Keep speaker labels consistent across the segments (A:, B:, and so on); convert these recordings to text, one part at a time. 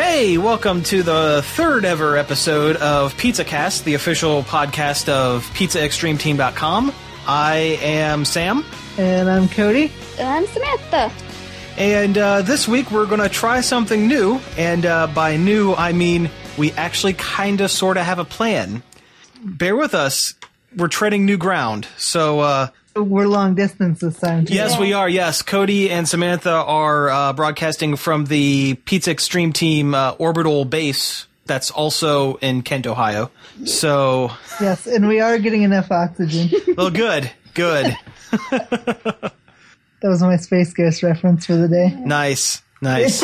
A: welcome to the third ever episode of PizzaCast, the official podcast of PizzaExtremeTeam.com. I am Sam,
B: And I'm Cody.
C: I'm Samantha.
A: and uh, this week we're going to try something new. And uh, by new, I mean we actually kind of sort of have a plan. Bear with us, we're treading new ground. So, uh,
B: We're long distance this time. too.
A: Yes, we are. Yes, Cody and Samantha are uh, broadcasting from the Pizza Extreme Team uh, orbital base that's also in Kent, Ohio. So,
B: Yes, and we are getting enough oxygen.
A: well, good, good,
B: that was my Space Ghost reference for the day.
A: nice, nice.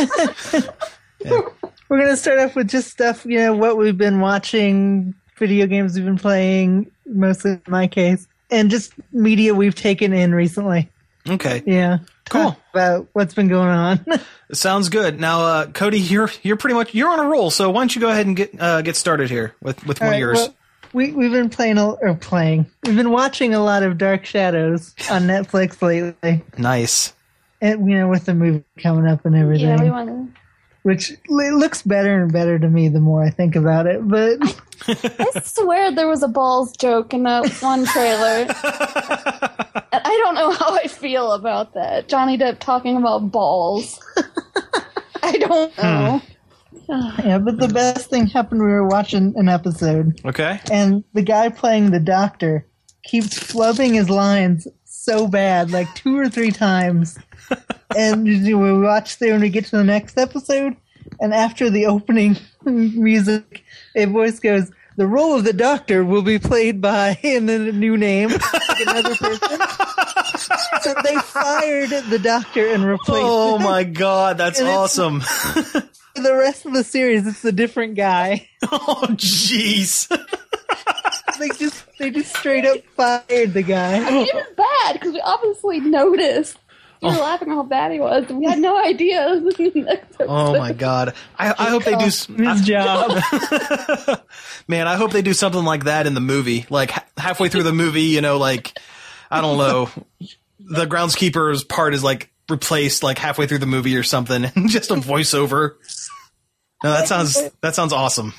B: We're going to start off with just stuff, you know, what we've been watching, video games we've been playing, mostly in my case, and just media we've taken in recently.
A: Okay,
B: Yeah.
A: Cool.
B: Talk about what's been going on.
A: sounds good. Now, uh, Cody, you're you're pretty much you're on a roll. So why don't you go ahead and get uh, get started here with with one
B: All right,
A: of yours?
B: well, we, we've been playing, a- or playing, we've been watching a lot of Dark Shadows on Netflix lately,
A: nice.
B: and, you know, with the movie coming up and everything.
C: Yeah, everyone.
B: which it looks better and better to me the more I think about it. But
C: I swear there was a balls joke in that one trailer. and I don't know how I feel about that. Johnny Depp talking about balls. I don't know.
B: yeah, but the best thing happened. We were watching an episode,
A: Okay.
B: and the guy playing the doctor keeps flubbing his lines so bad, like two or three times. and we watch through, and we get to the next episode, and after the opening music, a voice goes. The role of the doctor will be played by, and then a new name, like another person. so they fired the doctor and replaced
A: Oh my God, that's
B: And it's-
A: awesome.
B: For the rest of the series, it's a different guy.
A: oh jeez.
B: They just they just straight up fired the guy.
C: It was bad because we obviously noticed. You were laughing how bad he was. and We had no idea.
A: Oh my God. I, I hope they do. s-
B: His job.
A: Man, I hope they do something like that in the movie. Like ha- halfway through the movie, you know, like I don't know, the groundskeeper's part is like replaced like halfway through the movie or something, and just a voiceover. No, that sounds that sounds awesome.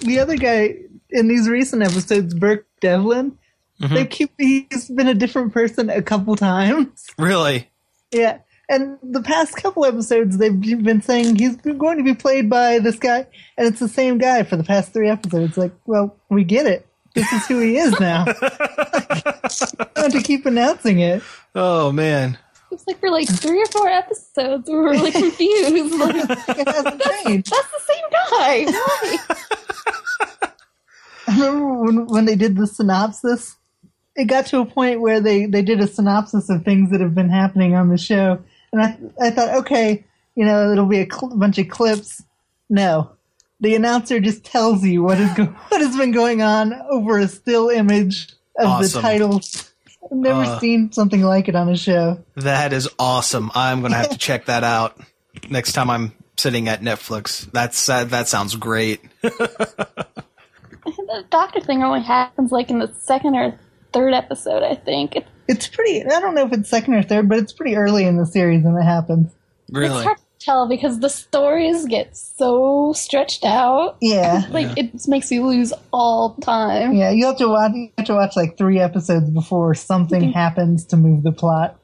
B: the other guy in these recent episodes, Burke Devlin, they keep he's been a different person a couple times.
A: Really,
B: Yeah. And the past couple episodes, they've been saying he's going to be played by this guy, and it's the same guy for the past three episodes. Like, well, we get it. This is who he is now. I have to keep announcing it.
A: oh man,
C: It was like for like three or four episodes, we were really confused. Like, that's
B: It hasn't changed.
C: the same guy. Why?
B: I remember when, when they did the synopsis, it got to a point where they, they did a synopsis of things that have been happening on the show. And I, I thought, okay, you know, it'll be a cl- bunch of clips. No. The announcer just tells you what is go- what has been going on over a still image of
A: Awesome.
B: the title. I've never
A: Uh.
B: seen something like it on a show.
A: that is awesome. I'm gonna have to check that out next time I'm sitting at Netflix. That's that, that sounds great.
C: The doctor thing only happens like in the second or third episode, I think. It's,
B: It's pretty. I don't know if it's second or third, but it's pretty early in the series when it happens.
C: it's
A: Really,
C: hard to tell because the stories get so stretched out.
B: Yeah.
C: Like it just makes you lose all time.
B: Yeah, you have to watch. You have to watch like three episodes before something happens to move the plot.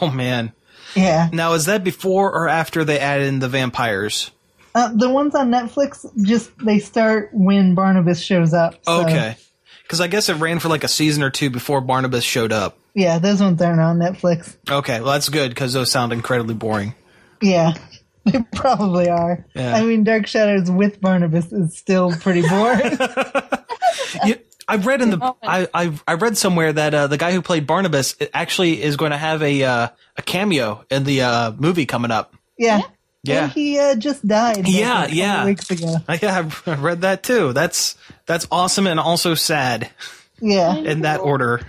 A: oh man.
B: Yeah,
A: Now is that before or after they add in the vampires?
B: uh, the ones on Netflix just they start when Barnabas shows up. so-
A: Okay. Because I guess it ran for like a season or two before Barnabas showed up.
B: Yeah, those ones aren't on Netflix.
A: Okay, well, that's good because those sound incredibly boring.
B: Yeah, they probably are.
A: Yeah.
B: I mean, Dark Shadows with Barnabas is still pretty boring.
A: Yeah, I read in the
C: Oh.
A: I, I I read somewhere that uh, the guy who played Barnabas actually is going to have a uh, a cameo in the uh, movie coming up.
B: yeah.
A: Yeah.
B: And he uh, just died.
A: Yeah,
B: like, a couple
A: yeah.
B: Weeks ago.
A: I, yeah, I read that too. That's that's awesome and also sad
B: Yeah,
A: in that order.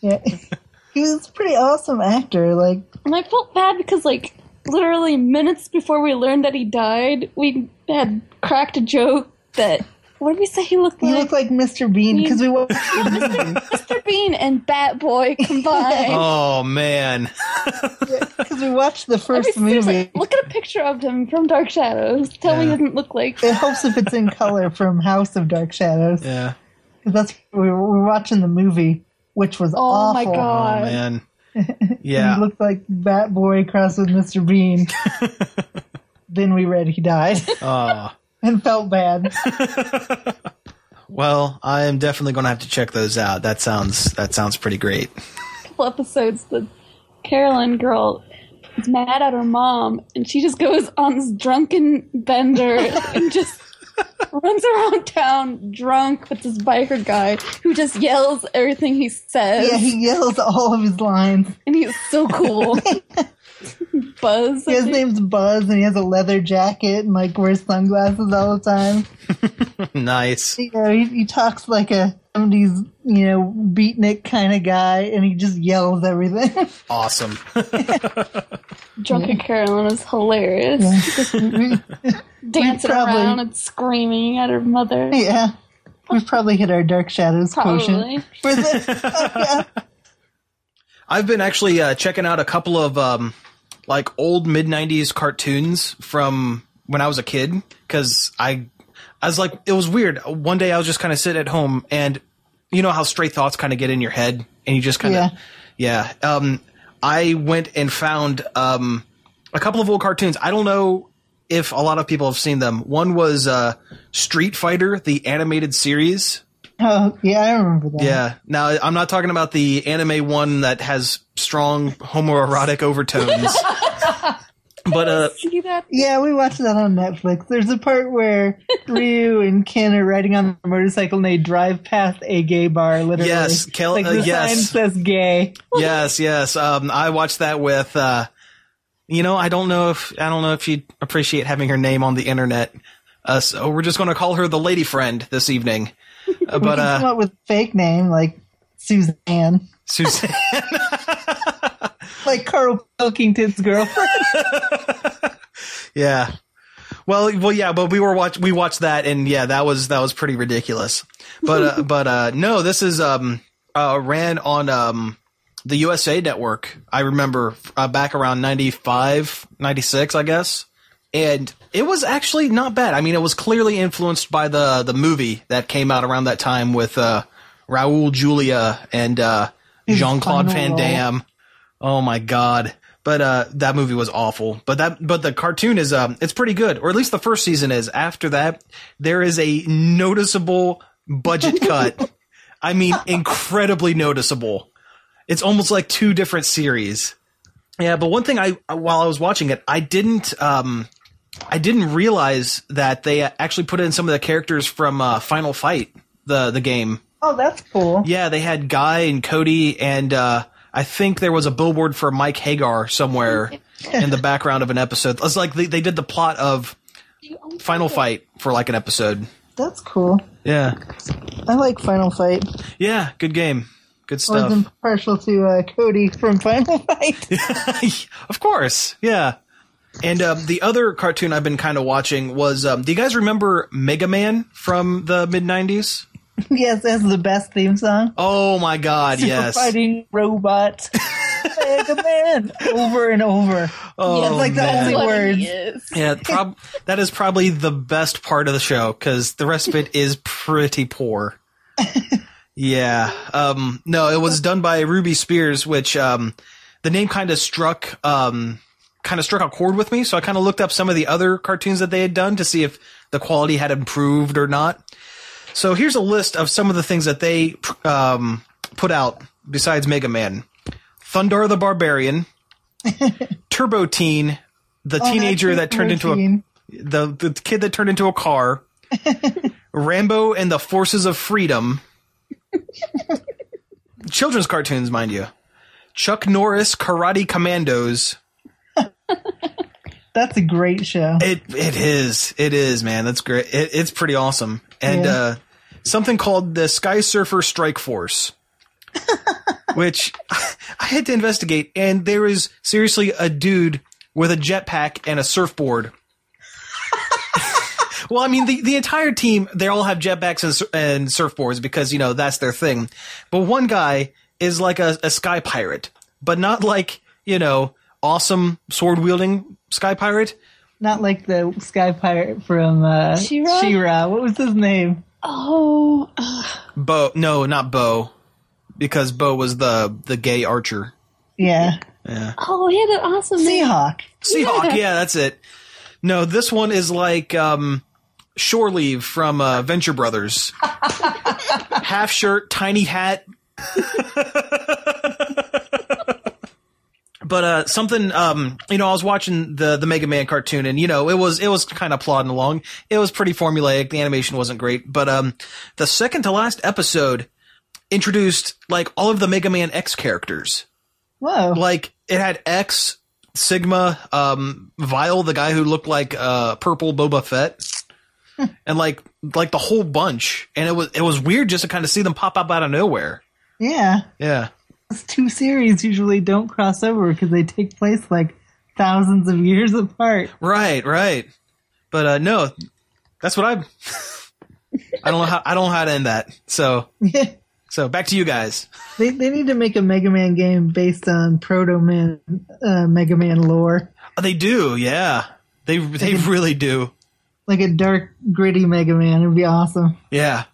B: yeah. he was a pretty awesome actor. Like,
C: And I felt bad because like literally minutes before we learned that he died, we had cracked a joke that what did we say he looked
B: he
C: like?
B: looked like Mr. Bean because we watched the movie.
C: Mr. Bean and Bat Boy combined.
A: Oh man.
B: Because we watched the
C: I mean,
B: first
C: seriously,
B: movie.
C: Look at a picture of him from Dark Shadows. Tell me he
A: Yeah.
C: doesn't look like.
B: It helps if it's in color from House of Dark Shadows.
A: Yeah.
B: 'Cause That's we were, we were watching the movie, which was
C: Oh
B: awful.
C: my
A: Oh
C: God.
A: man.
B: He
A: Yeah.
B: looked like Bat Boy crossed with Mr. Bean. then we read he died
A: Oh.
B: and felt bad.
A: Well, I am definitely going to have to check those out. That sounds that sounds pretty great.
C: couple episodes, the Carolyn girl is mad at her mom, and she just goes on this drunken bender and just runs around town drunk with this biker guy who just yells everything he says,
B: yeah, he yells all of his lines.
C: and he's so cool. Buzz, I
B: His
C: think.
B: name's Buzz, and he has a leather jacket and like wears sunglasses all the time.
A: nice.
B: You know, he, he talks like a '70s, you know, beatnik kind of guy, and he just yells everything.
A: Awesome.
C: drunken Carolyn is hilarious, just dancing
B: probably-
C: around and screaming at her mother.
B: yeah, we've probably hit our dark shadows
C: Probably.
B: quotient. We're the-
A: I've been actually uh, checking out a couple of um, like old mid '90s cartoons from when I was a kid because I, I was like, it was weird. One day I was just kind of sitting at home, and you know how straight thoughts kind of get in your head, and you just kind
B: Yeah.
A: of, yeah. Um, I went and found um, a couple of old cartoons. I don't know if a lot of people have seen them. One was uh, Street Fighter, the animated series.
B: oh, yeah, I remember that.
A: Yeah. Now I'm not talking about the anime one that has strong homoerotic overtones. but uh
C: See that?
B: Yeah, we watched that on Netflix. There's a part where Ryu and Ken are riding on a motorcycle and they drive past a gay bar, literally.
A: Yes, Kel-
B: like
A: uh,
B: the
A: yes.
B: sign says gay.
A: yes, yes. Um I watched that with uh you know, I don't know if I don't know if she'd appreciate having her name on the internet. Uh so we're just gonna call her the lady friend this evening. Uh,
B: We
A: but
B: can come
A: uh
B: up with a fake name like Suzanne,
A: Suzanne
B: like Carl Pilkington's girlfriend.
A: Yeah. Well, well, yeah, but we were watch we watched that, and yeah, that was that was pretty ridiculous. But uh, but uh, no, this is um uh, ran on um the USA Network. I remember uh, back around 95, 96, I guess, and it was actually not bad. I mean, it was clearly influenced by the the movie that came out around that time with uh, Raul Julia and uh,
B: His
A: Jean Claude
B: final
A: Van
B: role.
A: Damme. Oh my god. But uh that movie was awful. But that but the cartoon is um it's pretty good. Or at least the first season is. After that, there is a noticeable budget cut. I mean incredibly noticeable. It's almost like two different series. Yeah, but one thing I while I was watching it, I didn't um I didn't realize that they actually put in some of the characters from uh, Final Fight, the the game.
B: Oh, that's cool.
A: Yeah, they had Guy and Cody, and uh, I think there was a billboard for Mike Hagar somewhere in the background of an episode. It's like they, they did the plot of Final Fight for like an episode.
B: That's cool.
A: Yeah,
B: I like Final Fight.
A: yeah, good game, good
B: I was
A: stuff.
B: impartial to uh, Cody from Final Fight.
A: of course, yeah. And um, the other cartoon I've been kind of watching was, um, do you guys remember Mega Man from the mid '90s?
B: yes, that's the best theme song.
A: Oh my God,
B: Super
A: yes.
B: fighting robot. Mega Man. Over and over.
A: Oh,
C: Yeah, it's
B: like the
A: man.
B: only-
C: What
B: Words.
C: he is.
A: Yeah, prob- that is probably the best part of the show because the rest of it is pretty poor. yeah. Um, no, it was done by Ruby Spears, which um, the name kind of struck um, kind of struck a chord with me. So I kind of looked up some of the other cartoons that they had done to see if the quality had improved or not. So here's a list of some of the things that they um, put out besides Mega Man: Thunder the Barbarian, Turbo Teen, the
B: Oh,
A: teenager
B: that's
A: that turned into a
B: routine.
A: the the kid that turned into a car, Rambo and the Forces of Freedom, children's cartoons, mind you, Chuck Norris Karate Commandos.
B: That's a great show.
A: It it is it is man, that's great. It, it's pretty awesome, and
B: Yeah.
A: uh, something called the Sky Surfer Strike Force. which I had to investigate, and there is seriously a dude with a jetpack and a surfboard Well, I mean, the, the entire team, they all have jetpacks and, sur- and surfboards because, you know, that's their thing. But one guy is like a, a sky pirate, but not like, you know, awesome sword wielding sky pirate.
B: Not like the sky pirate from uh,
C: She-Ra?
B: She-Ra. What was his name?
C: Oh,
A: Bo, no, not Bo, because Bo was the, the gay archer.
B: Yeah,
A: Yeah.
C: oh, he had an awesome name.
B: Seahawk.
A: Seahawk.
C: Yeah.
A: Yeah, that's it. No, this one is like, um, Shore Leave from, uh, Venture Brothers. Half shirt, tiny hat, but uh, something um, you know, I was watching the the Mega Man cartoon, and you know, it was it was kind of plodding along. It was pretty formulaic. The animation wasn't great, but um, the second to last episode introduced like all of the Mega Man X characters.
B: Whoa.
A: Like it had X, Sigma, um, Vile, the guy who looked like uh, purple Boba Fett. And like, like the whole bunch, and it was it was weird just to kind of see them pop up out of nowhere.
B: Yeah.
A: Yeah,
B: Those two series usually don't cross over because they take place like thousands of years apart.
A: Right, right. But uh no, that's what I. I don't know how I don't know how to end that. So
B: they,
A: so back to you guys.
B: they need to make a Mega Man game based on Proto Man, uh, Mega Man lore.
A: Uh, They do, yeah. They they really do,
B: Like a dark, gritty Mega Man. It would be awesome.
A: yeah,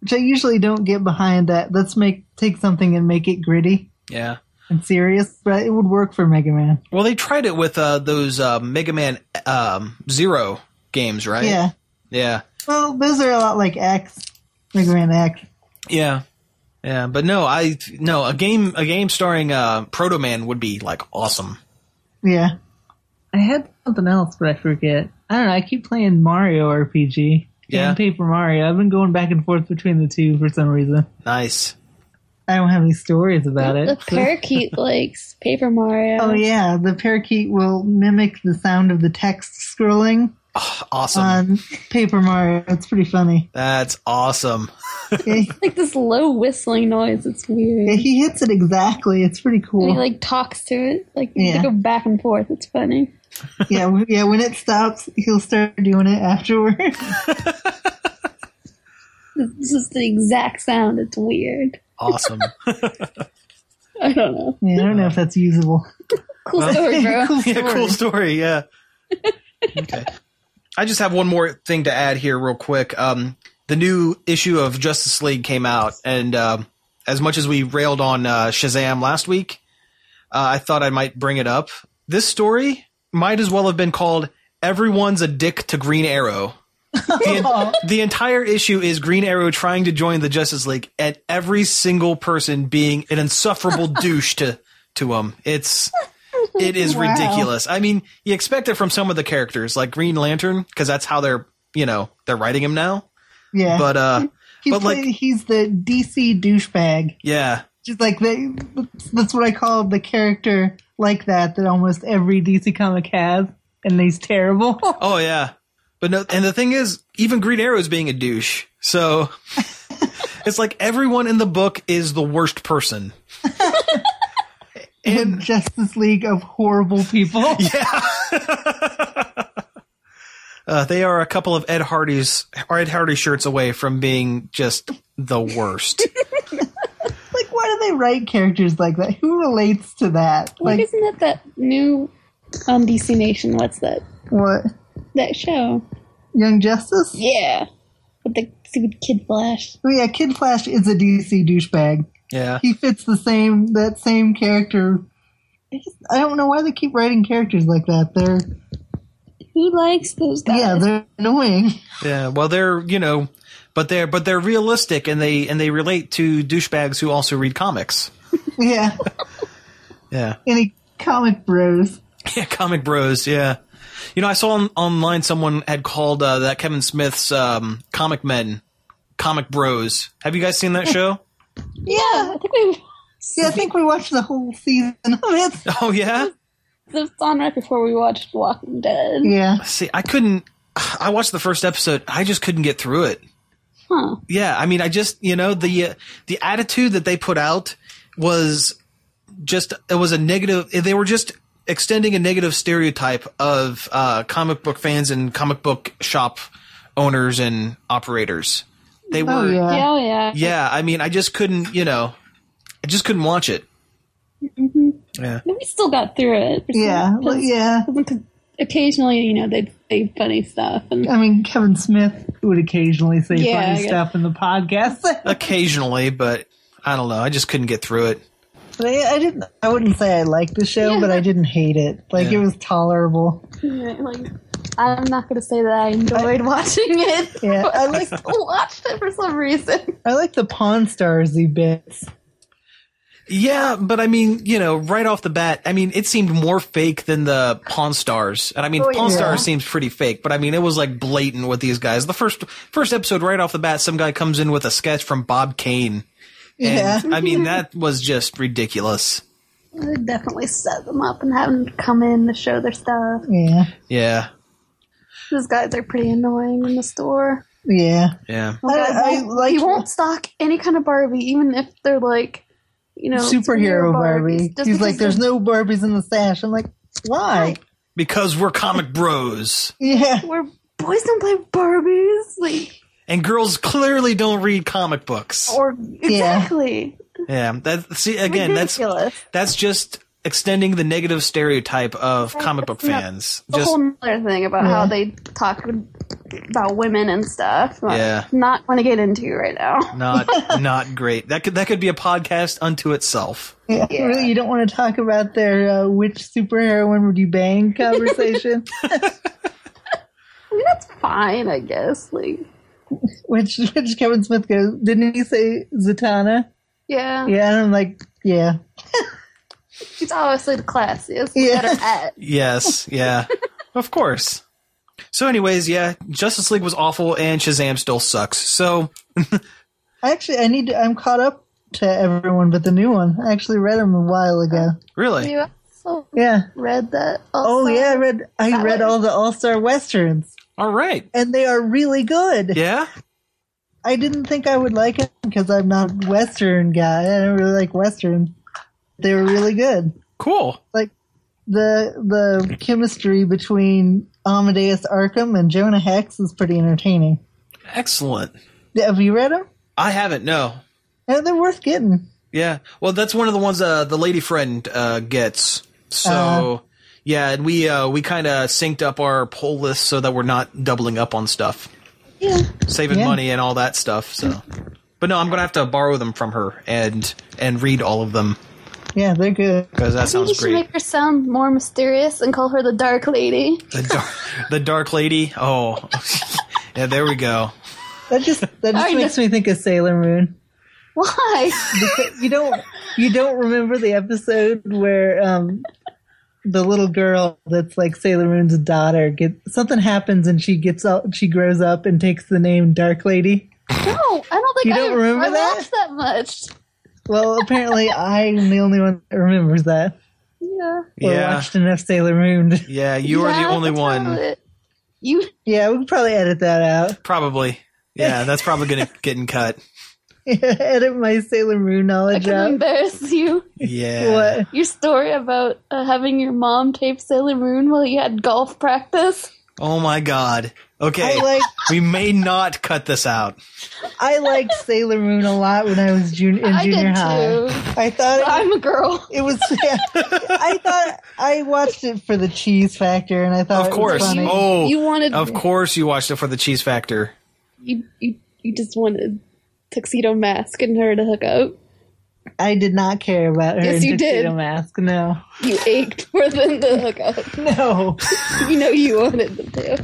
B: Which I usually don't get behind that. Let's make take something and make it gritty
A: yeah.
B: and serious, but it would work for Mega Man.
A: Well, they tried it with uh those uh, Mega Man um, Zero games, right?
B: Yeah.
A: yeah,
B: Well, those are a lot like X, Mega Man X.
A: yeah, yeah. But no, I no a game a game starring uh, Proto Man would be like awesome.
B: Yeah. I had something else, but I forget. I don't know. I keep playing Mario RPG.
A: Yeah.
B: And Paper Mario. I've been going back and forth between the two for some reason.
A: Nice.
B: I don't have any stories about
C: The
B: it.
C: parakeet likes Paper Mario.
B: oh, yeah. The parakeet will mimic the sound of the text scrolling
A: Ah, Awesome.
B: on Paper Mario. It's pretty funny.
A: That's awesome.
B: he
C: Like this low whistling noise. It's weird.
B: he hits it exactly. It's pretty cool.
C: And he like talks to it. Like
B: Yeah.
C: they go back and forth. It's funny.
B: yeah, w- yeah. When it stops, he'll start doing it afterwards.
C: This is the exact sound. It's weird.
A: Awesome.
C: I don't know.
B: yeah, I don't know if that's usable.
C: Cool story, bro.
A: yeah, cool story. Yeah. okay. I just have one more thing to add here, real quick. Um, the new issue of Justice League came out, and um, as much as we railed on uh, Shazam last week, uh, I thought I might bring it up. This story might as well have been called "Everyone's a Dick to Green Arrow." The, the entire issue is Green Arrow trying to join the Justice League, and every single person being an insufferable douche to to him. It's it is
B: Wow.
A: ridiculous. I mean, you expect it from some of the characters, like Green Lantern, because that's how they're you know they're writing him now.
B: Yeah,
A: But uh,
B: he's,
A: but, like-
B: play- he's the DC douchebag.
A: yeah,
B: Just like they, that's what I call the character like that that almost every DC comic has, and he's terrible.
A: oh yeah. But no, and the thing is, even Green Arrow is being a douche. So it's like everyone in the book is the worst person.
B: the Justice League of horrible people.
A: Uh, they are a couple of Ed Hardy's or Ed Hardy shirts away from being just the worst.
B: Like, why do they write characters like that? Who relates to that?
C: Like,
B: Like,
C: isn't that that new um, DC Nation? What's that?
B: what?
C: That show?
B: Young Justice?
C: Yeah, with the stupid Kid Flash.
B: Oh yeah, Kid Flash is a DC douchebag.
A: yeah.
B: He fits the same that same character. I just- I don't know why they keep writing characters like that. They're
C: Who likes those guys?
B: yeah, they're annoying.
A: Yeah, well, they're you know, but they're but they're realistic and they and they relate to douchebags who also read comics.
B: Yeah,
A: Yeah,
B: any comic bros.
A: yeah, comic bros. Yeah, you know, I saw on, online someone had called uh, that Kevin Smith's um, Comic Men, Comic Bros. Have you guys seen that show?
B: Yeah,
C: Ah, I think we
B: yeah. I think we watched the whole season of it.
A: oh yeah.
C: this on right before we watched Walking Dead.
B: Yeah,
A: See, I couldn't. I watched the first episode. I just couldn't get through it.
C: Huh.
A: Yeah, I mean, I just you know the uh, the attitude that they put out was just it was a negative. They were just extending a negative stereotype of uh, comic book fans and comic book shop owners and operators. They were
B: Oh yeah.
C: Yeah, yeah.
A: yeah, I mean, I just couldn't, you know, I just couldn't watch it.
B: Mm-hmm.
A: Yeah.
C: We still got through it.
B: Yeah, well, yeah.
C: Occasionally, you know, they'd say funny stuff. And
B: I mean, Kevin Smith would occasionally say
C: Yeah, I
B: funny
C: guess.
B: stuff in the podcast.
A: Occasionally, but I don't know. I just couldn't get through it.
B: But I, I didn't. I wouldn't say I liked the show,
C: Yeah.
B: but I didn't hate it. Like
A: Yeah.
B: it was tolerable.
C: Yeah, like, I'm not going to say that I enjoyed watching it.
B: Yeah,
C: but
B: I
C: I
B: like-
C: still watched it for some reason.
B: I like the Pawn Starsy bits.
A: Yeah, but I mean, you know, right off the bat, I mean, it seemed more fake than the Pawn Stars. And I mean,
C: Oh,
A: Pawn
B: yeah.
A: Stars seems pretty fake, but I mean, it was like blatant with these guys. The first first episode right off the bat, some guy comes in with a sketch from Bob Kane. And
B: Yeah.
A: I mean, that was just ridiculous.
C: They definitely set them up and have them come in to show their stuff.
B: Yeah,
A: Yeah.
C: Those guys are pretty annoying in the store.
B: yeah.
A: Yeah.
B: I- I
C: he won't,
B: like-
C: he won't stock any kind of Barbie, even if they're like, you know,
B: Superhero Barbie.
C: Barbies, just
B: He's like, "There's
C: because they're-
B: no Barbies in the stash." I'm like, "Why?"
A: Because we're comic bros.
B: Yeah,
C: We're boys don't play Barbies, like
A: And girls clearly don't read comic books.
C: or exactly.
A: Yeah, that see again. That's
C: Ridiculous.
A: that's just extending the negative stereotype of comic book
C: Yeah.
A: fans.
C: a
A: Just
C: whole other thing about
B: Yeah.
C: how they talk about women and stuff. like,
A: Yeah.
C: Not going to get into right now.
A: not not great. That could that could be a podcast unto itself.
B: yeah. Really, you don't want to talk about their uh, which superheroine would you bang conversation,
C: I mean, that's fine, I guess. Like,
B: which which Kevin Smith goes, "Didn't he say Zatanna?"
C: yeah.
B: Yeah, and I'm like, "Yeah,
C: He's obviously the classiest.
B: Yeah.
C: Yeah. Better at.
A: Yes, yeah, of course. So, anyways, yeah, Justice League was awful, and Shazam still sucks. So,
B: Actually, I need. To, I'm caught up to everyone but the new one. I actually read them a while ago.
A: really,
C: You also
B: Yeah.
C: read that.
B: Oh
C: also?
B: yeah, I read. I
C: That
B: read
C: one.
B: all the All Star westerns,
A: all right,
B: and they are really good.
A: yeah,
B: I didn't think I would like it because I'm not a western guy. I don't really like westerns. They were really good.
A: cool.
B: Like the the chemistry between Amadeus Arkham and Jonah Hex is pretty entertaining.
A: Excellent.
B: Have you read them?
A: I haven't no.
B: Yeah, they're worth getting.
A: Yeah. Well, that's one of the ones uh, the lady friend uh, gets. So yeah, and we uh, we kind of synced up our poll list so that we're not doubling up on stuff,
C: Yeah.
A: saving
B: Yeah.
A: money and all that stuff. So, but no, I'm gonna have to borrow them from her and and read all of them
B: Yeah, they're good.
A: because that
C: I think you
A: sounds
C: should
A: great.
C: make her sound more mysterious and call her the Dark Lady.
A: the dark the dark lady. Oh, yeah. There we go.
B: That just that
C: I
B: just
C: know.
B: makes me think of Sailor Moon.
C: Why?
B: you don't you don't remember the episode where um the little girl that's like Sailor Moon's daughter get something happens and she gets out she grows up and takes the name Dark Lady.
C: no, I don't think
B: You
C: I,
B: don't remember
C: I
B: that?
C: watched that much.
B: Well, apparently I'm the only one that remembers that.
C: Yeah.
B: Or
A: Yeah.
B: watched enough Sailor Moon. to-
A: Yeah, you are
C: Yeah,
A: the only
C: that's
A: one.
C: probably it. You
B: yeah, we could probably edit that out.
A: Probably. Yeah, that's probably gonna getting cut.
B: edit my Sailor Moon
C: I
B: knowledge
C: can
B: out.
C: embarrass you.
A: Yeah.
B: What?
C: Your story about uh, having your mom tape Sailor Moon while you had golf practice.
A: Oh my god. Okay.
B: I
C: Oh,
B: like
A: we may not cut this out.
B: I liked Sailor Moon a lot when I was jun- in
C: I
B: junior
C: did
B: high.
C: too.
B: I thought it
C: But I'm a girl.
B: It was. Yeah, I thought I watched it for the cheese factor, and I thought
A: Of course.
B: It was funny.
A: Oh,
C: You wanted
A: of course you watched it for the Cheese Factor.
C: you, you you just wanted tuxedo mask and her to hook up.
B: I did not care about her.
C: Yes,
B: in
C: you did.
B: tuxedo Mask. No,
C: You ached for them to hook up.
B: no,
C: You know you wanted them to.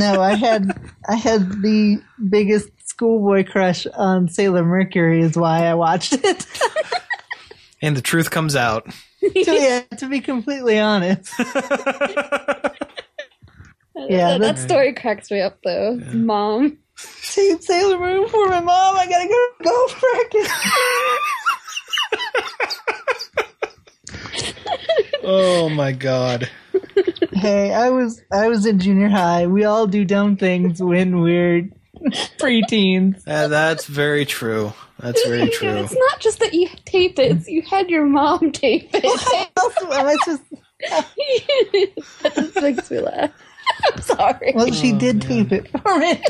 B: no. I had I had the biggest schoolboy crush on Sailor Mercury. Is why I watched it.
A: And the truth comes out.
B: to, yeah, to be completely honest, Yeah,
C: that, that story cracks me up though. Mom.
B: Team Sailor Moon for my mom. I gotta go to golf practice.
A: Oh my god.
B: hey, I was I was in junior high. We all do dumb things when we're preteens.
A: that's very true. That's very true.
C: It's not just that you taped it, it's you had your mom tape it.
B: How else am I supposed-
C: that just makes me laugh. sorry.
B: Well, she did tape it for me.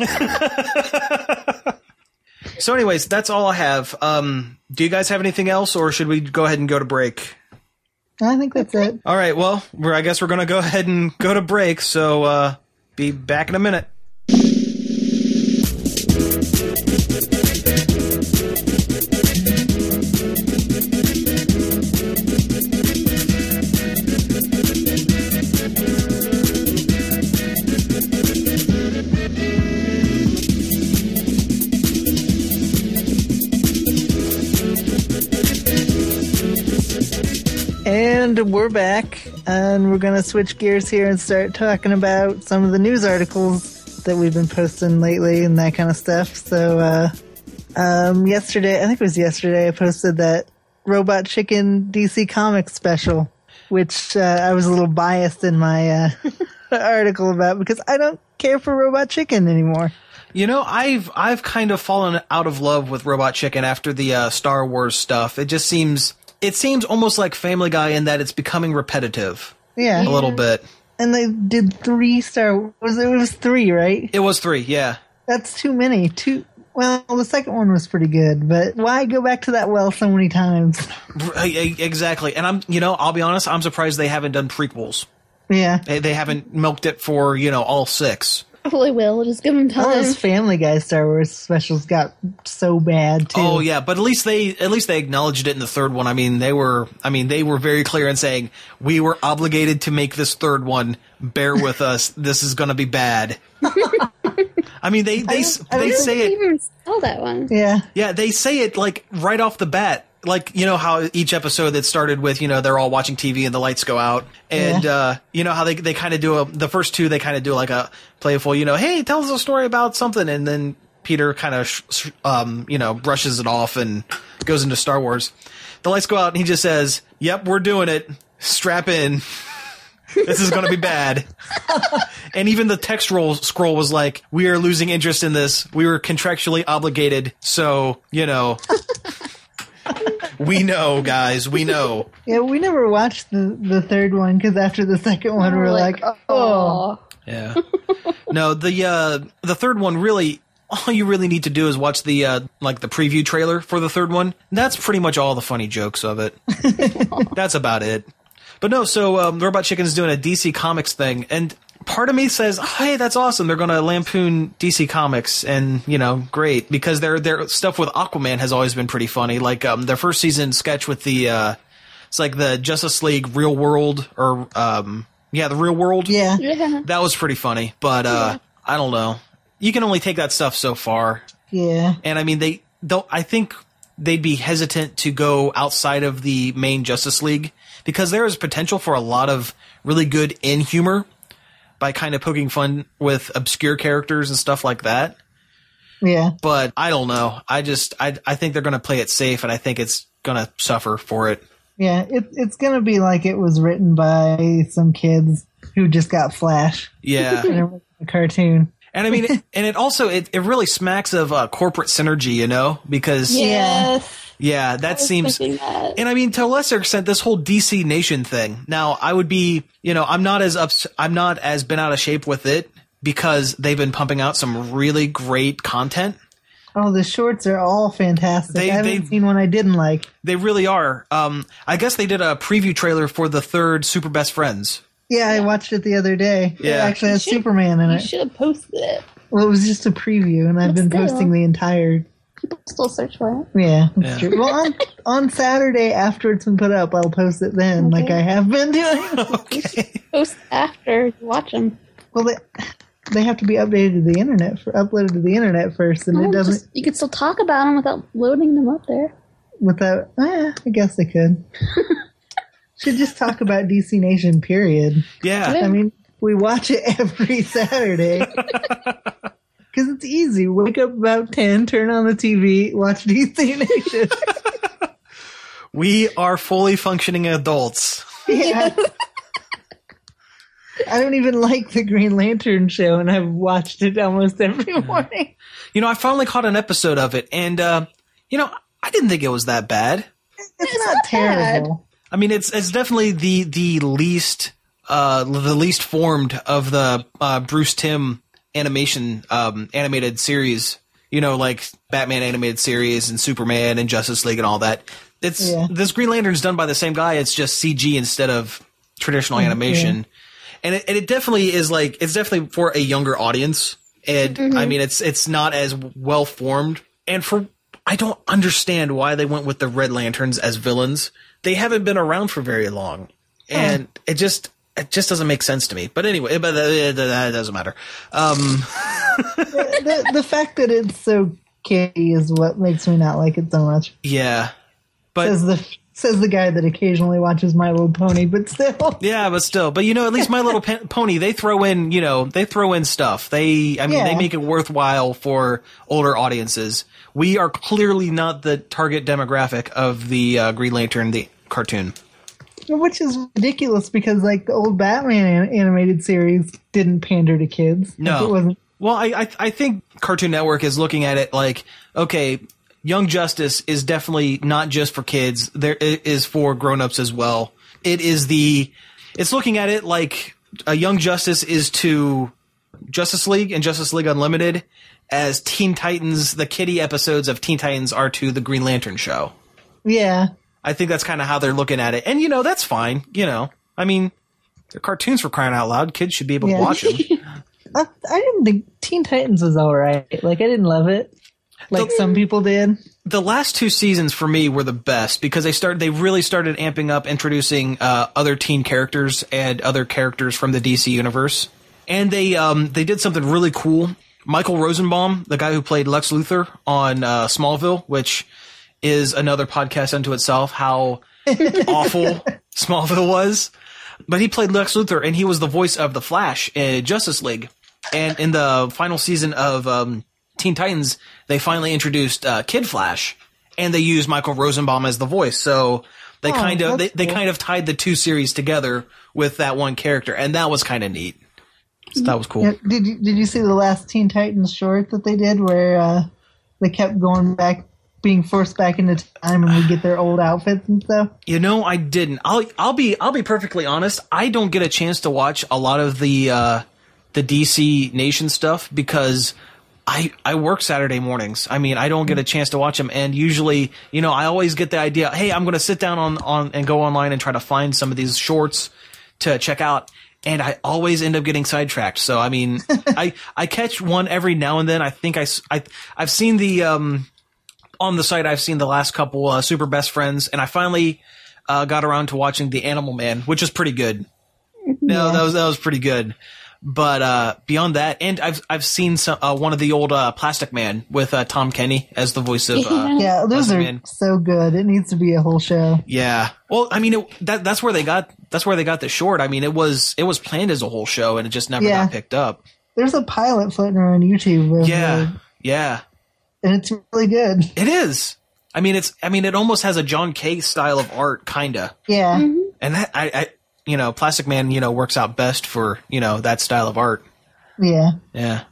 A: So, anyways, that's all I have. Um, do you guys have anything else, or should we go ahead and go to break?
B: I think that's it.
A: All right. Well, we're, I guess we're gonna go ahead and go to break. So, uh, be back in a minute.
B: And we're back, and we're going to switch gears here and start talking about some of the news articles that we've been posting lately and that kind of stuff. So, uh, um, yesterday, I think it was yesterday, I posted that Robot Chicken DC Comics special, which uh, I was a little biased in my uh, article about because I don't care for Robot Chicken anymore.
A: You know, I've I've kind of fallen out of love with Robot Chicken after the uh, Star Wars stuff. It just seems it seems almost like Family Guy in that it's becoming repetitive
B: Yeah.
A: a little bit.
B: And they did three Star was It was three, right?
A: It was three, yeah.
B: That's too many. Too well, the second one was pretty good, but why go back to that well so many times?
A: R- e- Exactly. And I'm, you know, I'll be honest, I'm surprised they haven't done prequels.
B: Yeah.
A: They, they haven't milked it for, you know, all six.
C: Probably will. Just give him
B: All
C: time.
B: those Family Guy Star Wars specials got so bad too.
A: Oh yeah, but at least they at least they acknowledged it in the third one. I mean, they were I mean, they were very clear in saying we were obligated to make this third one. Bear with us. This is going to be bad. I mean, they they s
B: I
A: they
B: don't
A: say it
C: They even sell that one.
B: Yeah.
A: Yeah, they say it like right off the bat. Like, you know how each episode that started with, you know, they're all watching TV and the lights go out. And,
B: Yeah.
A: uh, you know how they, they kind of do a, the first two, they kind of do like a playful, you know, hey, tell us a story about something. And then Peter kind of, sh- sh- um, you know, brushes it off and goes into Star Wars. The lights go out and he just says, yep, we're doing it. Strap in. This is going to be bad. And even the text roll scroll was like, "We are losing interest in this. We were contractually obligated, so you know." we know, guys. We know.
B: Yeah, we never watched the, the third one because after the second one, we're like, oh,
C: aw.
A: Yeah. No, the uh, the third one really. All you really need to do is watch the uh, like the preview trailer for the third one. That's pretty much all the funny jokes of it. That's about it. But no, so um, Robot Chicken's doing a DC Comics thing, and part of me says, oh, "Hey, that's awesome! They're going to lampoon DC Comics, and you know, great because their their stuff with Aquaman has always been pretty funny. Like um, their first season sketch with the uh, it's like the Justice League Real World or um, yeah, the Real World.
B: yeah.
C: Yeah.
A: that was pretty funny, but uh, I don't know. You can only take that stuff so far,
B: Yeah.
A: and I mean they don't. I think they'd be hesitant to go outside of the main Justice League because there is potential for a lot of really good in humor by kind of poking fun with obscure characters and stuff like that.
B: Yeah.
A: But I don't know. I just I I think they're going to play it safe, and I think it's going to suffer for it.
B: Yeah. It, it's going to be like it was written by some kids who just got Flash
A: Yeah.
B: and it was a cartoon.
A: And I mean, it, and it also it, it really smacks of uh, corporate synergy, you know, because yeah,
C: Yes.
A: that
C: I was
A: seems.
C: thinking that.
A: And I mean, to a lesser extent, this whole DC Nation thing. Now, I would be, you know, I'm not as ups, I'm not as been out of shape with it because they've been pumping out some really great content.
B: Oh, the shorts are all fantastic.
A: They-
B: I haven't
A: they-
B: seen one I didn't like.
A: They really are. Um, I guess they did a preview trailer for the third Super Best Friends.
B: Yeah, I watched it the other day. It
A: Yeah.
B: actually has
C: You should-
B: Superman in
C: You
B: it.
C: should have posted it.
B: Well, it was just a preview, and I've
C: But
B: been
C: still.
B: posting the entire.
C: People still search for it.
B: Yeah,
A: Yeah.
B: that's true. Well, on, on Saturday after it's been put up, I'll post it then, like
C: Okay.
B: I have been doing.
A: Okay.
C: Post after you watch them.
B: well, they, they have to be updated to the internet for uploaded to the internet first,
C: Oh,
B: and it doesn't
C: you could still talk about them without loading them up there.
B: without. Eh, I guess they could. Should just talk about DC Nation. Period.
A: Yeah.
B: I mean, we watch it every Saturday. Because it's easy. Wake up about 10, turn on the TV, watch DC Nation.
A: We are fully functioning adults.
B: Yeah. I don't even like the Green Lantern show, and I've watched it almost every morning.
A: You know, I finally caught an episode of it and, uh, you know, I didn't think it was that bad.
B: It's, not
C: bad.
B: terrible.
A: I mean, it's, it's definitely the, the least, uh, the least formed of the uh, Bruce Tim animation um, animated series. You know, like Batman animated series and Superman and Justice League and all that. It's
B: Yeah.
A: this Green Lantern's done by the same guy. It's just CG instead of traditional animation, and it, and it definitely is like it's definitely for a younger audience. And I mean, it's it's not as well formed. And for I don't understand why they went with the Red Lanterns as villains. They haven't been around for very long, and it just it just doesn't make sense to me. But anyway, but uh, that, that- that doesn't matter. Um,
B: the, the fact that it's so candy is what makes me not like it so much.
A: yeah, but
B: Says the says the guy that occasionally watches My Little Pony, but still,
A: Yeah, but still, but you know, at least My Little Pen- Pony, they throw in, you know, they throw in stuff. They, I mean, they
B: Yeah.
A: make it worthwhile for older audiences. We are clearly not the target demographic of the uh, Green Lantern the cartoon.
B: which is ridiculous because like the old Batman an- animated series didn't pander to kids. Like,
A: No.
B: it wasn't.
A: Well, I, I, I think Cartoon Network is looking at it like, okay, Young Justice is definitely not just for kids. There it is for grown-ups as well. It is the, it's looking at it like a Young Justice is to Justice League and Justice League Unlimited as Teen Titans, the kitty episodes of Teen Titans are to the Green Lantern show.
B: Yeah,
A: I think that's kind of how they're looking at it. And you know, that's fine. You know, I mean, they're cartoons for crying out loud. Kids should be able
B: Yeah.
A: to watch them.
B: I, I didn't think Teen Titans was all right. Like I didn't love it, like
A: The-
B: some people did.
A: the last two seasons for me were the best because they started they really started amping up introducing uh, other teen characters and other characters from the DC universe. And they um, they did something really cool. Michael Rosenbaum, the guy who played Lex Luthor on uh, Smallville, which is another podcast unto itself, how awful Smallville was. But he played Lex Luthor, and he was the voice of the Flash in Justice League. And in the final season of um, Teen Titans, they finally introduced uh, Kid Flash, and they used Michael Rosenbaum as the voice. So they
B: Oh,
A: kind of they,
B: that's
A: they
B: cool.
A: kind of tied the two series together with that one character, and that was kind of neat. So that was cool.
B: Yeah, Did you, did you see the last Teen Titans short that they did where uh, they kept going back, being forced back into time, and we get their old outfits and stuff?
A: You know, I didn't. I'll I'll be I'll be perfectly honest. I don't get a chance to watch a lot of the uh, the DC Nation stuff because I I work Saturday mornings. I mean, I don't get a chance to watch them. And usually, you know, I always get the idea. Hey, I'm going to sit down on on and go online and try to find some of these shorts to check out. And I always end up getting sidetracked. So I mean, I I catch one every now and then. I think I s- I have seen the um on the site. I've seen the last couple uh, Super Best Friends, and I finally uh, got around to watching The Animal Man, which is pretty good. No, that was that was pretty good. But uh, beyond that, and I've I've seen some, uh, one of the old uh, Plastic Man with uh, Tom Kenny as the voice of. Uh,
B: Yeah, those
A: Must've
B: are
A: been.
B: so good. It needs to be a whole show.
A: yeah. Well, I mean, it, that that's where they got that's where they got the short. I mean, it was it was planned as a whole show, and it just never
B: Yeah.
A: got picked up.
B: There's a pilot floating around YouTube, of,
A: Yeah,
B: uh,
A: yeah,
B: and it's really good.
A: it is. I mean, it's I mean, it almost has a John Kay style of art, kinda.
B: Yeah,
A: And that I, I you know, Plastic Man, you know, works out best for you know that style of art.
B: yeah,
A: Yeah.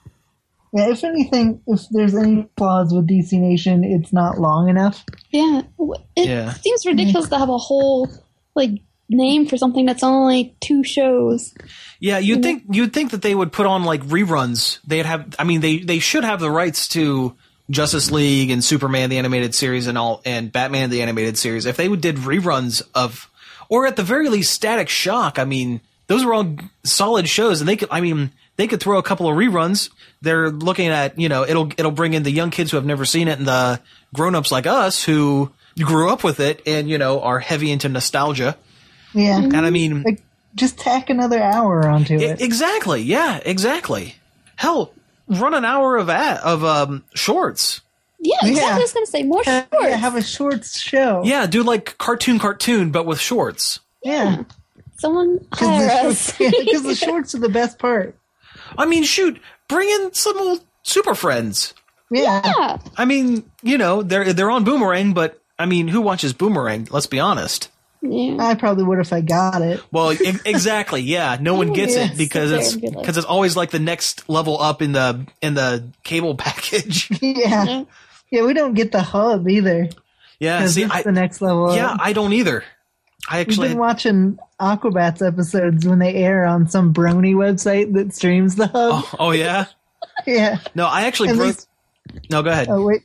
B: yeah. If anything, if there's any flaws with DC Nation, it's not long enough.
C: Yeah, w- it
A: Yeah.
C: seems ridiculous to have a whole like name for something that's only two shows.
A: Yeah, you'd think you'd think that they would put on like reruns. They'd have I mean they they should have the rights to Justice League and Superman the animated series and all and Batman the animated series. If they would did reruns of or at the very least Static Shock, I mean, those were all solid shows and they could I mean, they could throw a couple of reruns. They're looking at, you know, it'll it'll bring in the young kids who have never seen it and the grown-ups like us who grew up with it and, you know, are heavy into nostalgia.
B: Yeah,
A: And I mean,
B: like just tack another hour onto
A: I-
B: it.
A: E- exactly. Yeah. Exactly. Hell, run an hour of ad, of um shorts.
C: Yeah, exactly.
B: Yeah.
C: I was gonna say more shorts.
B: Yeah, have a shorts show.
A: Yeah. Do like cartoon, cartoon, but with shorts.
B: yeah.
C: Someone
B: Because
C: hire
B: the,
C: us.
B: shorts- yeah, 'cause the shorts are the best part.
A: I mean, shoot, bring in some old Super Friends.
B: Yeah.
C: yeah,
A: I mean, you know, they're they're on Boomerang, but I mean, who watches Boomerang? Let's be honest.
C: yeah.
B: I probably would if I got it.
A: Well, e- exactly. Yeah, no one gets
B: Yeah,
A: it because
C: sit there
A: it's
C: and be like-
A: because it's always like the next level up in the in the cable package.
B: Yeah.
C: Yeah.
B: yeah. we don't get the hub either.
A: yeah.
B: 'cause
A: See,
B: it's
A: I
B: the next level.
A: yeah,
B: up.
A: I don't either. I
B: We've
A: actually
B: been watching Aquabats episodes when they air on some brony website that streams the hub.
A: Oh, oh, yeah.
B: yeah.
A: No, I actually
B: At
A: broke.
B: least-
A: no, go ahead.
B: Oh wait.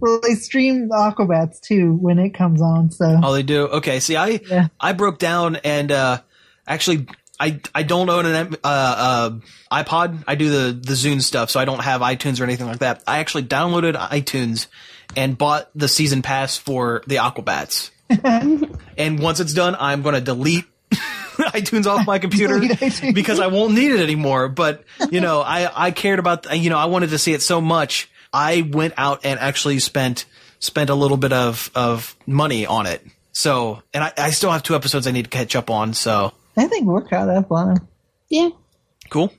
B: Well, they stream Aquabats too when it comes on. So
A: Oh, they do. Okay. See, I
B: Yeah.
A: I broke down and uh, actually I I don't own an M- uh, uh, iPod. I do the the Zune stuff, so I don't have iTunes or anything like that. I actually downloaded iTunes and bought the season pass for the Aquabats. and once it's done, I'm going to delete. iTunes off my computer
B: Delete iTunes.
A: because I won't need it anymore. But you know, I I cared about you know I wanted to see it so much. I went out and actually spent spent a little bit of of money on it. So and I, I still have two episodes I need to catch up on. So
B: I think we're caught up on them.
C: Yeah.
A: cool.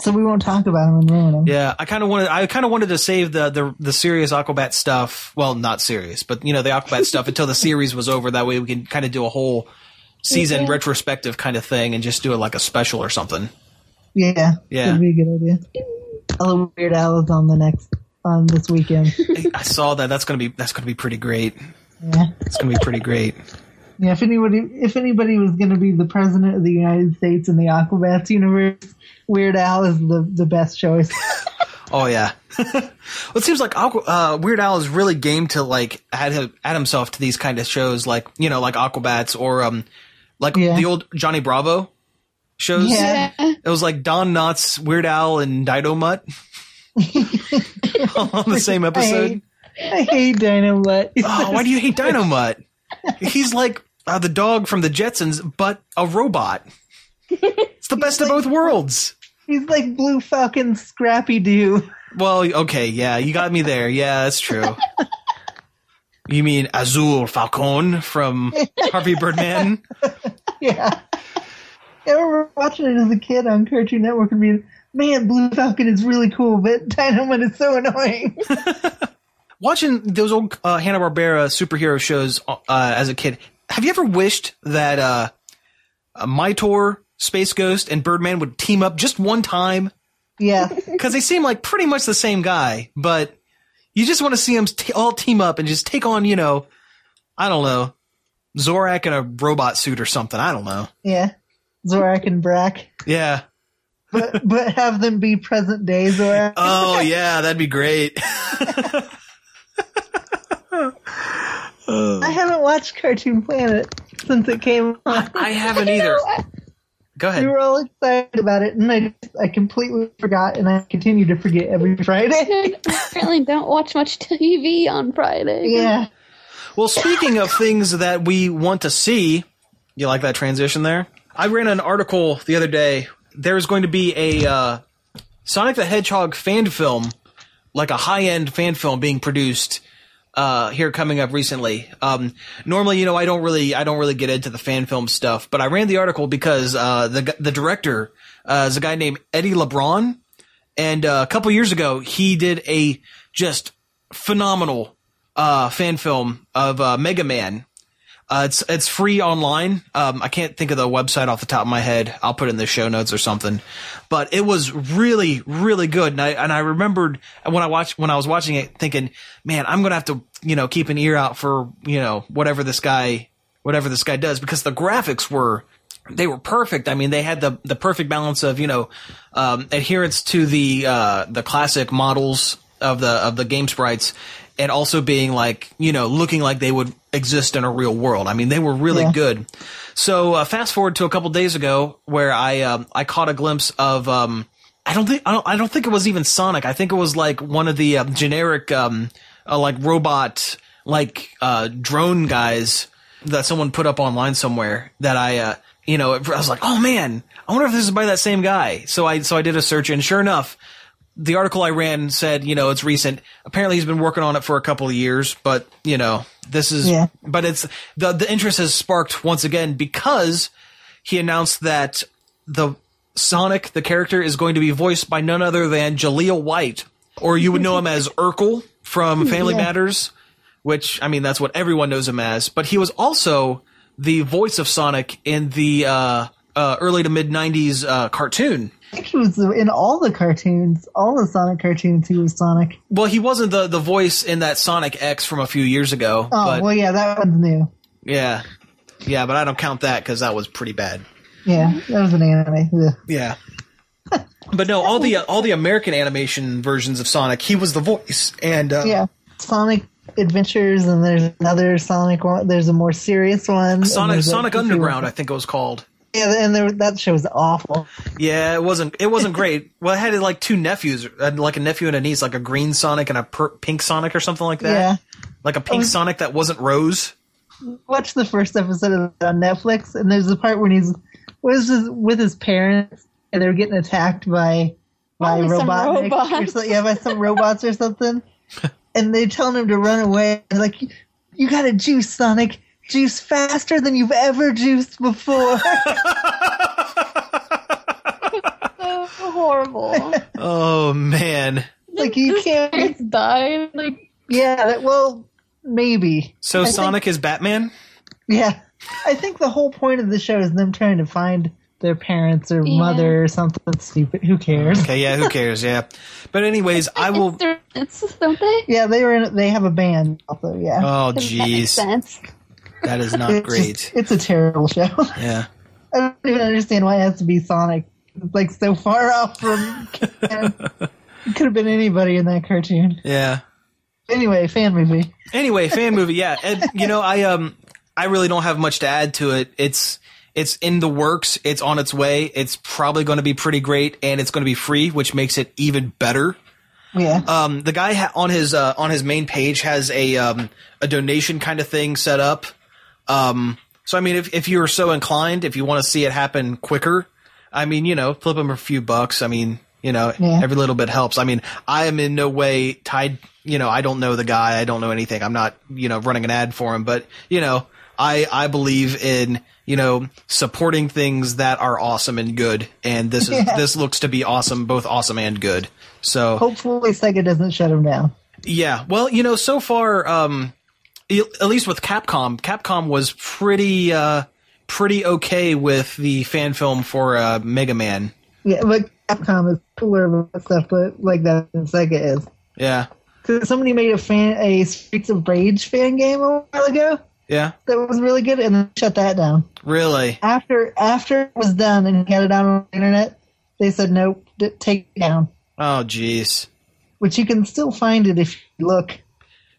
B: So we won't talk about them and ruin them.
A: Yeah, I kind of wanted I kind of wanted to save the the the serious Aquabat stuff. Well, not serious, but you know the Aquabat stuff until the series was over. That way we can kind of do a whole season
C: Yeah.
A: retrospective kind of thing and just do it like a special or something.
B: Yeah.
A: Yeah.
B: That'd be a good idea. Although Weird Al is on the next on this weekend.
A: I- I saw that. That's gonna be that's gonna be pretty great.
B: yeah.
A: It's gonna be pretty great.
B: Yeah. If anybody if anybody was going to be the president of the United States in the Aquabats universe, Weird Al is the the best choice.
A: Oh yeah. well, it seems like Aqua, uh, Weird Al is really game to like add him, add himself to these kind of shows, like you know, like Aquabats or um, like
B: Yeah.
A: the old Johnny Bravo shows.
B: Yeah.
C: Yeah.
A: It was like Don Knotts, Weird Al, and Dido Mutt on the same
B: I hate,
A: episode.
B: I hate Dino Mutt.
A: Oh, why do you hate Dino Mutt? He's like uh, the dog from the Jetsons, but a robot. It's the best of both worlds.
B: He's like Blue Falcon Scrappy Doo.
A: Well, okay, yeah, you got me there. Yeah, that's true. you mean Azul Falcon from Harvey Birdman?
B: Yeah. I remember watching it as a kid on Cartoon Network and being, man, Blue Falcon is really cool, but Dynamite is so annoying.
A: Watching those old uh, Hanna Barbera superhero shows uh, as a kid, have you ever wished that uh, uh, Mytor, Space Ghost, and Birdman would team up just one time?
B: yeah.
A: Because they seem like pretty much the same guy, but you just want to see them t- all team up and just take on, you know, I don't know, Zorak in a robot suit or something. I don't know.
B: Yeah. Zorak and Brack.
A: Yeah.
B: But, but have them be present day Zorak.
A: Oh yeah, that'd be great.
B: I haven't watched Cartoon Planet since it came on.
A: I haven't either. Go
B: We
A: ahead.
B: were all excited about it, and I, just, I completely forgot, and I continue to forget every Friday.
C: I apparently don't watch much TV on Friday.
B: Yeah.
A: Well, speaking of things that we want to see, you like that transition there? I ran an article the other day. There's going to be a uh, Sonic the Hedgehog fan film, like a high-end fan film being produced uh, here coming up recently. Um, normally, you know, I don't really, I don't really get into the fan film stuff, but I ran the article because uh, the gu- the director uh, is a guy named Eddie LeBron, and uh, a couple years ago he did a just phenomenal uh, fan film of uh, Mega Man. Uh, it's it's free online. Um, I can't think of the website off the top of my head. I'll put it in the show notes or something. But it was really really good, and I and I remembered when I watched when I was watching it, thinking, man, I'm gonna have to you know keep an ear out for you know whatever this guy whatever this guy does because the graphics were they were perfect. I mean, they had the the perfect balance of you know um, adherence to the uh, the classic models of the of the game sprites, and also being like you know looking like they would exist in a real world. I mean, they were really
B: Yeah.
A: good. So uh, fast forward to a couple days ago, where I um, I caught a glimpse of. Um, I don't think I don't, I don't think it was even Sonic. I think it was like one of the um, generic um, uh, like robot like uh, drone guys that someone put up online somewhere that I uh, you know I was like oh man I wonder if this is by that same guy. So I so I did a search and sure enough the article I ran said, you know, it's recent. Apparently, he's been working on it for a couple of years, but you know, this is.
B: Yeah.
A: But it's the the interest has sparked once again because he announced that the Sonic the character is going to be voiced by none other than Jaleel White, or you would know him as Urkel from Family
B: Yeah.
A: Matters, which I mean that's what everyone knows him as. But he was also the voice of Sonic in the uh, uh, early to mid '90s uh, cartoon.
B: I think he was in all the cartoons, all the Sonic cartoons, he was Sonic.
A: Well, he wasn't the the voice in that Sonic X from a few years ago.
B: Oh,
A: but
B: well, yeah, that one's new.
A: yeah. Yeah, but I don't count that because that was pretty bad.
B: Yeah, that was an anime. Ugh.
A: Yeah. But no, all the all the American animation versions of Sonic, he was the voice, and uh,
B: Yeah, Sonic Adventures, and there's another Sonic one. There's a more serious one. and
A: Sonic
B: there's a-
A: Sonic Underground, I think it was called.
B: Yeah, and there, that show was awful.
A: Yeah, it wasn't it wasn't great. Well, I had like two nephews, I had, like a nephew and a niece, like a green Sonic and a per- pink Sonic or something like that.
B: Yeah.
A: Like a pink
B: Oh.
A: Sonic that wasn't Rose.
B: Watch the first episode of it on Netflix, and there's the part when he's was his, with his parents, and they're getting attacked by by
C: Probably some
B: Robotnik or
C: robots.
B: so, yeah, by some robots or something, and they're telling him to run away. And like, "You- you got to juice, Sonic. Juice faster than you've ever juiced before.
C: So horrible.
A: Oh man.
B: like you can't.
C: It's died. Like
B: Yeah. that- Well, maybe.
A: So
B: think-
A: Sonic is Batman?
B: Yeah. I think the whole point of the show is them trying to find their parents or mother or something stupid. Who cares?
A: Okay, yeah, who cares? Yeah. But anyways, I will
C: it's don't they?
B: Yeah, they were. In, they have a band also. Yeah,
A: Oh
C: Does that make
A: jeez.
C: sense?
A: That is not
B: it's
A: great.
B: just- it's a terrible show.
A: Yeah.
B: I don't even understand why it has to be Sonic. It's like so far off from. it could have been anybody in that cartoon.
A: Yeah.
B: Anyway, fan movie.
A: anyway, fan movie. Yeah, and you know, I um, I really don't have much to add to it. It's it's in the works. It's on its way. It's probably going to be pretty great, and it's going to be free, which makes it even better.
B: Yeah,
A: Um, the guy ha- on his uh, on his main page has a um, a donation kind of thing set up. Um, so I mean, if if you're so inclined, if you want to see it happen quicker, I mean, you know, flip him a few bucks. I mean, you know,
B: Yeah.
A: every little bit helps. I mean, I am in no way tied. You know, I don't know the guy. I don't know anything. I'm not you know running an ad for him, but you know, I I believe in you know supporting things that are awesome and good, and this is
B: Yeah.
A: this looks to be awesome, both awesome and good. So
B: hopefully Sega doesn't shut him down.
A: yeah. Well, you know, so far, um, e- at least with Capcom, Capcom was pretty, uh, pretty okay with the fan film for uh, Mega Man.
B: Yeah, but Capcom is cooler about stuff, but like that than Sega is.
A: Yeah.
B: 'Cause Somebody made a fan a Streets of Rage fan game a while ago
A: Yeah.
B: that was really good, and then shut that down.
A: Really.
B: after after it was done and got it out on the internet, they said nope, d- take it down.
A: Oh, jeez.
B: Which you can still find it if you look.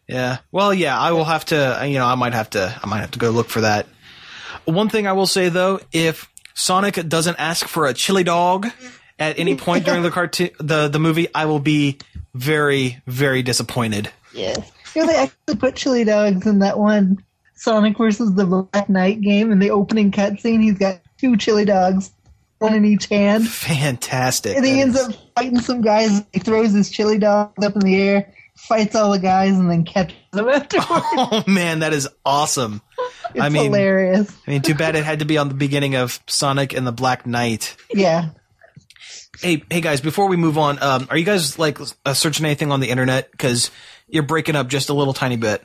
A: Yeah. Well, yeah, I will have to, uh, you know, I might have to, I might have to go look for that. One thing I will say though, if Sonic doesn't ask for a chili dog at any point during the cartoon, the, the movie, I will be very, very disappointed.
C: Yes.
B: You know, they actually put chili dogs in that one Sonic versus the Black Knight game in the opening cutscene. He's got two chili dogs, one in each hand,
A: Fantastic.
B: and he ends up fighting some guys. He throws his chili dogs up in the air, fights all the guys, and then catches them afterwards.
A: Oh man, that is awesome.
B: It's
A: I mean,
B: hilarious.
A: I mean, too bad it had to be on the beginning of Sonic and the Black Knight.
B: Yeah.
A: Hey, hey guys, before we move on, um, are you guys like uh, searching anything on the internet? Because you're breaking up just a little tiny bit.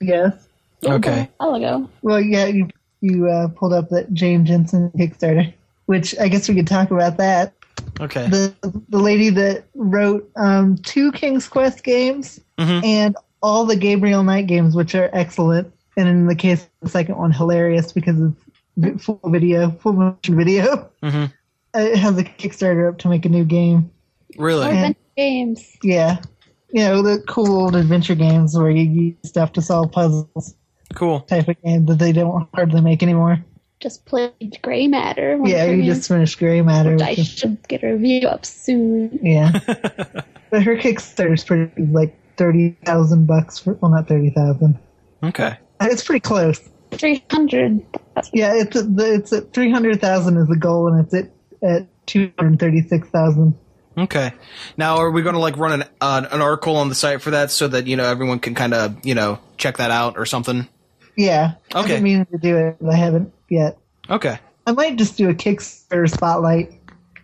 B: Yes.
A: Okay.
C: I'll go.
B: Well, yeah, you you uh, pulled up that James Jensen Kickstarter, which I guess we could talk about that.
A: Okay.
B: The the lady that wrote um, two King's Quest games
A: Mhm.
B: and all the Gabriel Knight games, which are excellent, and in the case of the second one, hilarious because it's vi- full video, full motion video.
A: Mhm.
B: Uh, It has a Kickstarter up to make a new game.
A: Really?
C: Adventure games.
B: Yeah, you know the cool old adventure games where you use stuff to solve puzzles
A: Cool.
B: type of game that they don't hardly make anymore.
C: Just played Grey Matter. one
B: Yeah, you
C: afternoon,
B: just finished Grey Matter.
C: which I
B: which is-
C: should get a review up soon.
B: yeah, but her Kickstarter's pretty like thirty thousand bucks for well, not thirty thousand.
A: Okay.
B: It's pretty close.
C: Three hundred.
B: Yeah, it's at the, it's at three hundred thousand is the goal, and it's at at two hundred thirty six thousand.
A: Okay. Now, are we going to like run an uh, an article on the site for that so that you know everyone can kind of you know check that out or something?
B: Yeah, I've
A: Okay.
B: been meaning to do it, but I haven't yet.
A: Okay.
B: I might just do a Kickstarter spotlight.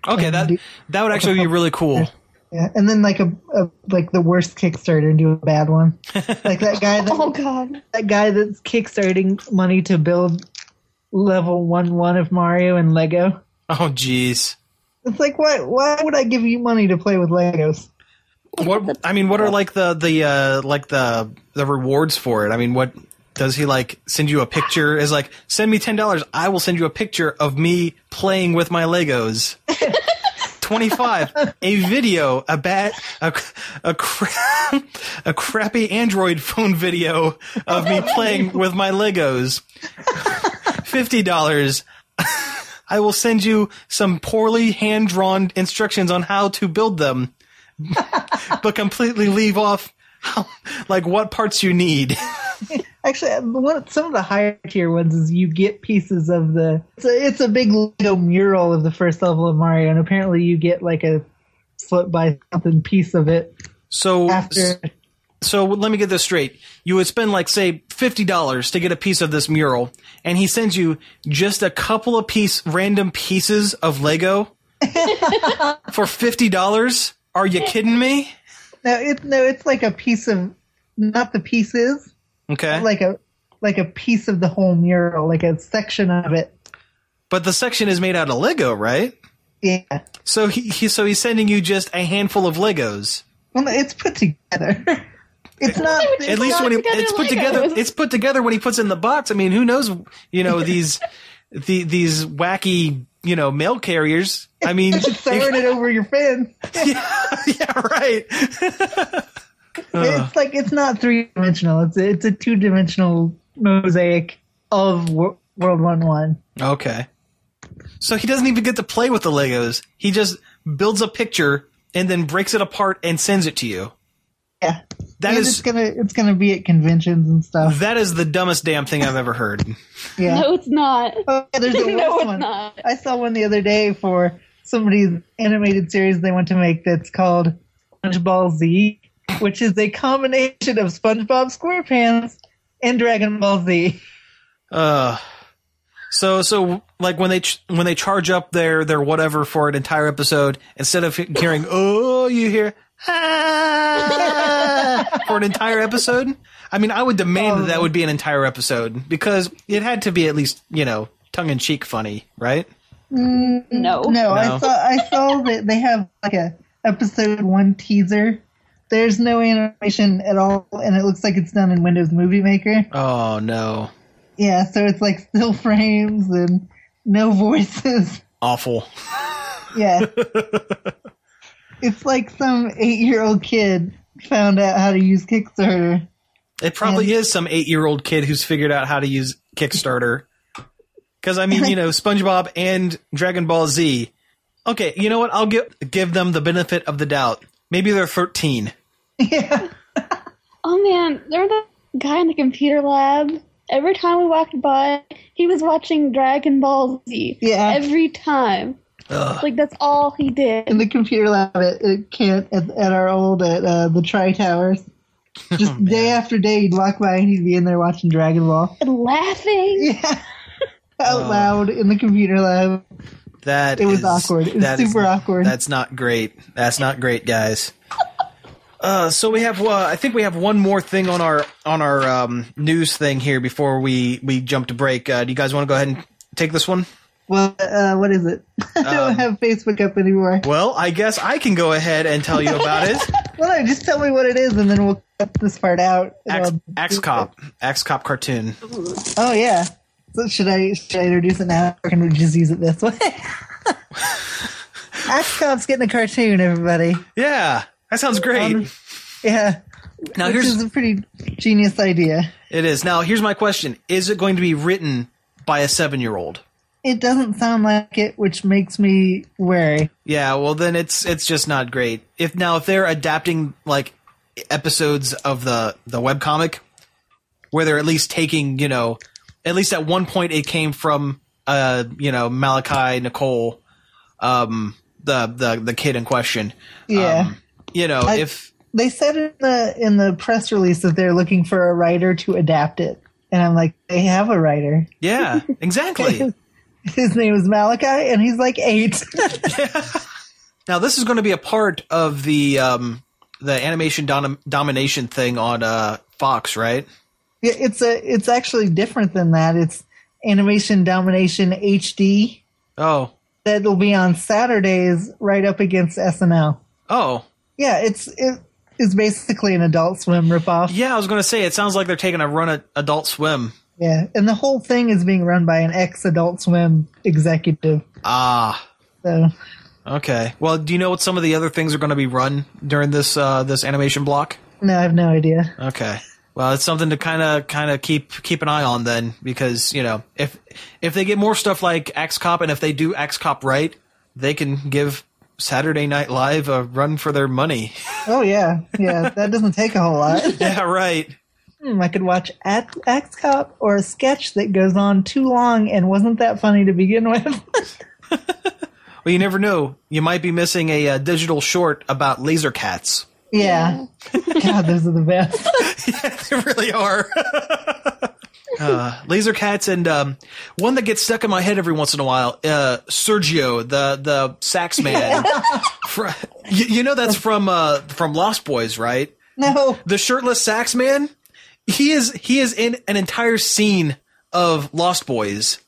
A: Okay. That that would actually be really cool.
B: Yeah, and then like a, a like the worst Kickstarter and do a bad one, like that guy that
C: Oh God.
B: that guy that's kickstarting money to build level one one of Mario and Lego.
A: Oh, jeez.
B: It's like why why would I give you money to play with Legos?
A: What I mean, what are like the the uh, like the the rewards for it? I mean, what does he like send you a picture? Is like send me ten dollars, I will send you a picture of me playing with my Legos. Twenty five, a video, a bad, a a, cra- a crappy Android phone video of me playing with my Legos. Fifty dollars. I will send you some poorly hand drawn instructions on how to build them, but completely leave off how, like what parts you need.
B: Actually, uh, one, some of the higher tier ones is you get pieces of the. It's a, it's a big Lego mural of the first level of Mario, and apparently you get like a foot by something piece of it
A: So
B: after.
A: so let me get this straight. You would spend like say fifty dollars to get a piece of this mural, and he sends you just a couple of piece random pieces of Lego for fifty dollars. Are you kidding me?
B: No, it, no, it's like a piece of not the pieces,
A: Okay,
B: like a like a piece of the whole mural, like a section of it.
A: but the section is made out of Lego, right?
B: Yeah,
A: So he, he so he's sending you just a handful of Legos.
B: well, no, it's put together. it's not.
C: would you
B: it's
A: At least
B: not-
A: when he,
C: together
A: it's put
C: Legos.
A: together, it's put together when he puts it in the box. I mean, who knows? You know these the, these wacky you know mail carriers. I mean,
B: it's throwing it over your fence.
A: yeah, right. Uh.
B: It's like it's not three dimensional. It's a, it's a two dimensional mosaic of Wor- World One One.
A: Okay. So he doesn't even get to play with the Legos. He just builds a picture and then breaks it apart and sends it to you.
B: Yeah,
A: That
B: And
A: is-
B: it's gonna it's gonna be at conventions and stuff.
A: That is the dumbest damn thing I've ever heard.
B: Yeah.
C: No, it's not.
B: Oh, yeah, there's a
C: No,
B: worse
C: it's
B: one.
C: not.
B: I saw one the other day for somebody's animated series they want to make that's called SpongeBall Z, which is a combination of SpongeBob SquarePants and Dragon Ball Z.
A: Uh, so so like when they ch- when they charge up their their whatever for an entire episode, instead of hearing oh, you hear ah, for an entire episode. I mean, I would demand that that would be an entire episode because it had to be at least you know tongue in cheek funny, right?
C: No.
B: No,
A: No.
B: I saw I saw that they have like a episode one teaser. There's no animation at all, and it looks like it's done in Windows Movie Maker.
A: Oh no,
B: Yeah, so it's like still frames and no voices.
A: awful.
B: Yeah. it's like some eight year old kid found out how to use Kickstarter.
A: It probably is some eight year old kid who's figured out how to use Kickstarter. Because I mean, you know, SpongeBob and Dragon Ball Z. Okay, you know what? I'll give give them the benefit of the doubt. Maybe they're thirteen.
B: Yeah.
C: Oh man, there was that guy in the computer lab. Every time we walked by, he was watching Dragon Ball Z.
B: Yeah.
C: Every time. Like that's all he
B: In
C: did.
B: the computer lab at, at Kent, at, at our old, at uh, the Tri Towers. Just day after day, you'd walk by and he'd be in there watching Dragon Ball.
C: And laughing.
B: Yeah.
A: Oh.
B: Out loud in the computer lab.
A: That
B: It was
A: is-
B: awkward. It was
A: that is-
B: super awkward.
A: That's not great. That's not great, guys. Uh, so we have, uh, I think we have one more thing on our on our um, news thing here before we we jump to break. Uh, do you guys want to go ahead and take this one?
B: Well, uh, what is it? I don't
A: Um,
B: have Facebook up anymore.
A: Well, I guess I can go ahead and tell you about it.
B: Well, no, just tell me what it is and then we'll cut this part out. and
A: Axe,
B: I'll-
A: Axe Cop, Axe Cop cartoon.
B: Oh yeah. So should I should I introduce it now, or can we just use it this way? Axcom's getting a cartoon, everybody.
A: Yeah, that sounds great.
B: Um, Yeah,
A: now
B: which
A: here's
B: is a pretty genius idea.
A: it is. Now here's my question: Is it going to be written by a seven-year-old?
B: It doesn't sound like it, which makes me wary.
A: Yeah, well then it's it's just not great. If now if they're adapting like episodes of the the webcomic where they're at least taking, you know, at least at one point it came from uh, you know, Malachi Nicole um the the the kid in question. Um,
B: Yeah,
A: You know,
B: I-
A: if
B: they said in the in the press release that they're looking for a writer to adapt it, and I'm like, they have a writer.
A: yeah, exactly.
B: His name is Malachi, and he's like eight.
A: Now this is going to be a part of the um the animation dom- domination thing on uh Fox, right?
B: Yeah, it's a it's actually different than that. It's animation domination HD.
A: Oh.
B: that'll be on Saturdays right up against SNL.
A: Oh.
B: Yeah, it's it, is basically an Adult Swim ripoff.
A: Yeah, I was going to say it sounds like they're taking a run at Adult Swim.
B: Yeah, and the whole thing is being run by an ex Adult Swim executive.
A: Ah,
B: So
A: okay. Well, do you know what some of the other things are going to be run during this uh, this animation block?
B: no, I have no idea.
A: Okay. Well, it's something to kind of kind of keep keep an eye on then, because you know if if they get more stuff like Axe Cop, and if they do Axe Cop right, they can give Saturday Night Live a run for their money.
B: Oh yeah, yeah, that doesn't take a whole lot.
A: yeah, right.
B: Hmm, I could watch At- Axe Cop or a sketch that goes on too long and wasn't that funny to begin with.
A: Well, you never know. You might be missing a uh, digital short about laser cats.
B: yeah. God, those are the best.
A: they really are. uh, laser cats and um, one that gets stuck in my head every once in a while. Uh, Sergio, the the sax man. Fr- you, you know that's from uh, from Lost Boys, right?
B: No.
A: The shirtless sax man. He is he is in an entire scene of Lost Boys.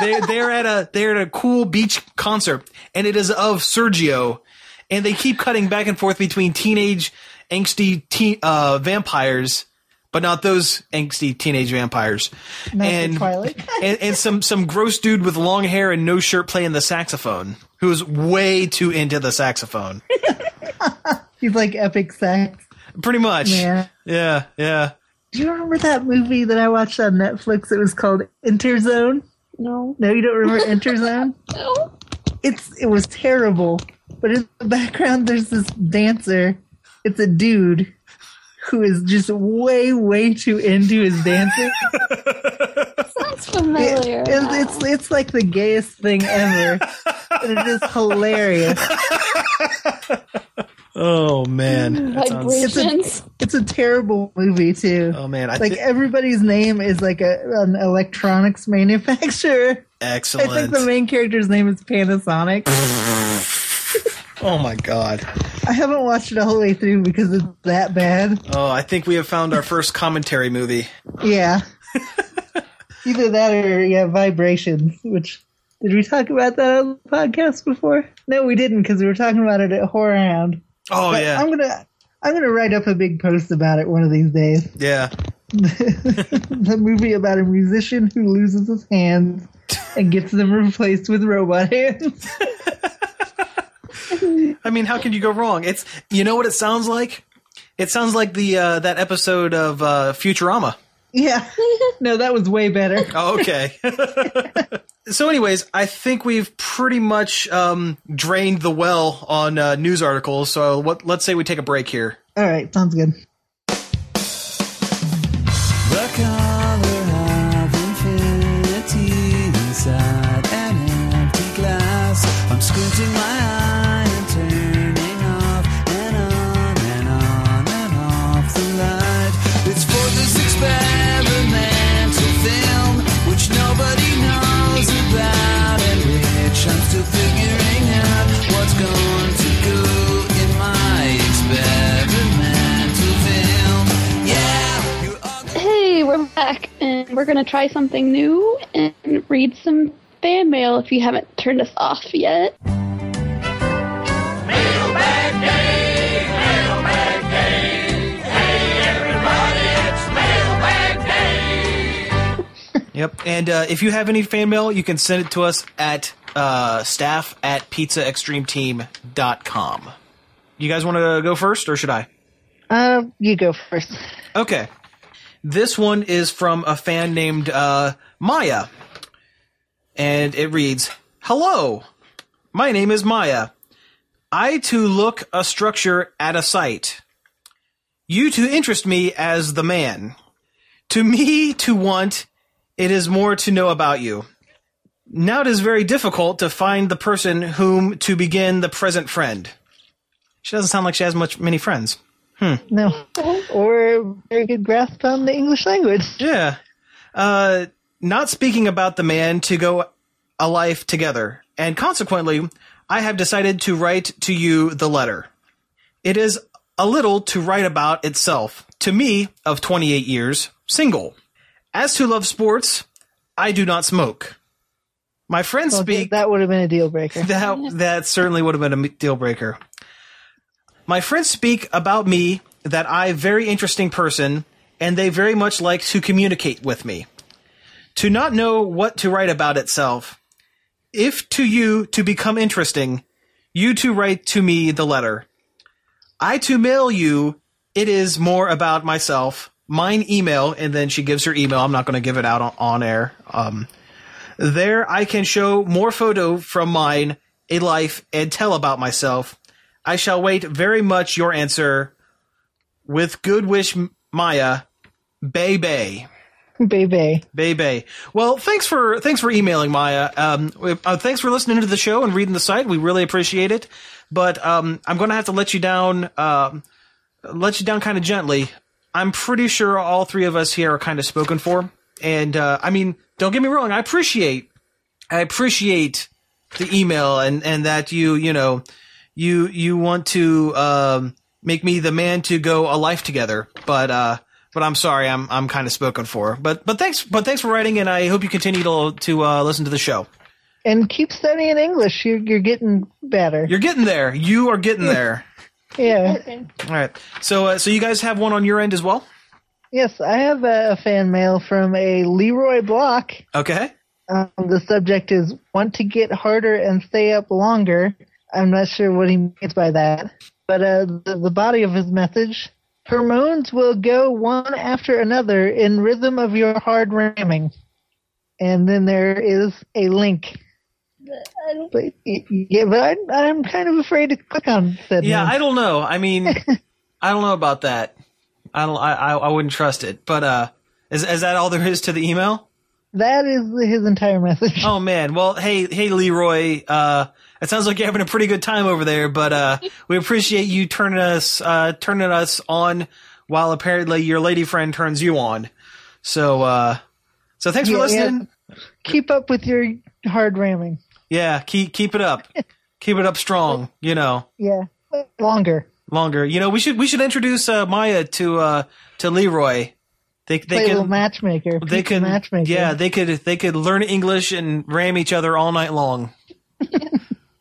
A: They they're at a they're at a cool beach concert, and it is of Sergio, and they keep cutting back and forth between teenage angsty teen, uh, vampires, but not those angsty teenage vampires,
B: Not the
A: and,
B: Twilight.
A: and and some some gross dude with long hair and no shirt playing the saxophone, who is way too into the saxophone.
B: He's like epic sax.
A: Pretty much,
B: Yeah.
A: yeah, yeah.
B: Do you remember that movie that I watched on Netflix? It was called Interzone.
C: No. Oh,
B: No, you don't remember Interzone?
C: No.
B: It's it was terrible. But in the background there's this dancer. It's a dude who is just way, way too into his dancing.
C: That's familiar.
B: It- it's it's like the gayest thing ever. but it is hilarious.
A: Oh
B: Mm,
A: man, that sounds-
C: vibrations.
B: It's a terrible movie too.
A: oh man, I
B: like
A: thi-
B: everybody's name is like a, an electronics manufacturer. I
A: excellent.
B: think the main character's name is Panasonic.
A: oh my god.
B: I haven't watched it all the way through because it's that bad.
A: Oh, I think we have found our first commentary movie.
B: Yeah. Either that or yeah, vibrations. Which did we talk about that on the podcast before? No, we didn't because we were talking about it at Horror Hound.
A: Oh
B: But
A: yeah,
B: I'm gonna I'm gonna write up a big post about it one of these days.
A: yeah.
B: the movie about a musician who loses his hands and gets them replaced with robot hands.
A: I mean, how can you go wrong? It's you know what it sounds like. It sounds like the uh, that episode of uh, Futurama.
B: yeah. No, that was way better.
A: Oh, okay. so, anyways, I think we've pretty much um, drained the well on uh, news articles. So, what, let's say we take a break here.
B: All right, sounds good.
D: The color of infinity inside an empty glass. I'm squinting my eye and turning off and on and on and off the light. It's for this experimental film, which nobody knows about, and which I'm still figuring out what's going to go in my experimental film. Yeah, you're all
C: Hey, we're back, and we're gonna try something new and read some fan mail if you haven't turned us off yet.
A: Yep. And uh, if you have any fan mail, you can send it to us at uh, staff at pizzaextremeteam.com. You guys want to go first, or should I?
B: Um, you go first.
A: Okay. This one is from a fan named uh, Maya. And it reads Hello, my name is Maya. I to look a structure at a site. You to interest me as the man. To me to want, it is more to know about you. Now it is very difficult to find the person whom to begin the present friend. She doesn't sound like she has much many friends.
B: No, or very good grasp on the English language.
A: Yeah. Uh, not speaking about the man to go a life together. And consequently, I have decided to write to you the letter. It is a little to write about itself. To me, of 28 years, single. As to love sports, I do not smoke. My friends
B: Well,
A: speak
B: That would have been a deal breaker.
A: that that certainly would have been a deal breaker. My friends speak about me that I very interesting person and they very much like to communicate with me. To not know what to write about itself. If to you to become interesting, you to write to me the letter. I to mail you it is more about myself. Mine email, and then she gives her email. I'm not going to give it out on, on air. Um, there, I can show more photo from mine, a life, and tell about myself. I shall wait very much your answer. With good wish, M- Maya, Bay Bay.
B: Baby.
A: Bay Bay. Well, thanks for thanks for emailing Maya. Um, uh, thanks for listening to the show and reading the site. We really appreciate it. But um, I'm going to have to let you down. Um, let you down kind of gently. I'm pretty sure all three of us here are kind of spoken for. And uh, I mean, don't get me wrong. I appreciate I appreciate the email and and that you you know you you want to um, make me the man to go a life together. But uh, but I'm sorry, I'm I'm kind of spoken for. But but thanks but thanks for writing, and I hope you continue to to uh, listen to the show.
B: And keep studying English. You're, you're getting better.
A: You're getting there. You are getting there.
B: yeah.
C: Okay.
A: All right. So uh, so you guys have one on your end as well.
B: Yes, I have a, a fan mail from a Leroy Block.
A: Okay.
B: Um, the subject is want to get harder and stay up longer. I'm not sure what he means by that. But uh, the, the body of his message hormones will go one after another in rhythm of your hard ramming. And then there is a link. But, yeah, but I, I'm kind of afraid to click on that.
A: Yeah,
B: one.
A: I don't know. I mean, I don't know about that. I don't. I, I I wouldn't trust it. But uh, is is that all there is to the email?
B: that is his entire message.
A: Oh man. Well, hey hey Leroy. Uh, it sounds like you're having a pretty good time over there. But uh, we appreciate you turning us uh turning us on while apparently your lady friend turns you on. So uh, so thanks for
B: Yeah, yeah.
A: listening.
B: Keep up with your hard ramming.
A: Yeah, keep keep it up. keep it up strong. You know.
B: Yeah, longer.
A: Longer, you know, we should we should introduce uh, Maya to uh, to Leroy. They they
B: Play a
A: can
B: little matchmaker.
A: they
B: Pizza
A: could
B: matchmaker.
A: yeah they could they could learn english and ram each other all night long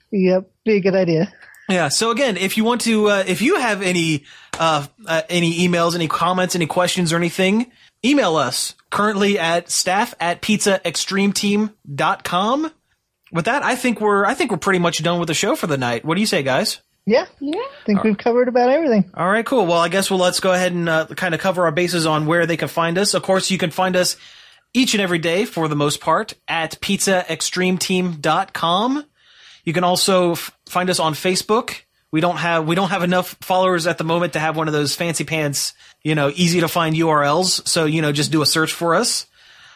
B: Yep, be a good idea.
A: yeah so again if you want to uh, if you have any uh, uh any emails any comments any questions or anything email us currently at staff at pizzaextremeteam.com with that i think we're i think we're pretty much done with the show for the night what do you say guys
B: Yeah,
C: Yeah.
B: I
A: Uh,
B: think we've covered about everything.
A: All right, cool. Well, I guess we'll let's go ahead and uh, kind of cover our bases on where they can find us. Of course, you can find us each and every day for the most part at pizzaextremeteam.com. You can also f- find us on Facebook. We don't have we don't have enough followers at the moment to have one of those fancy pants, you know, easy to find URLs. So, you know, just do a search for us.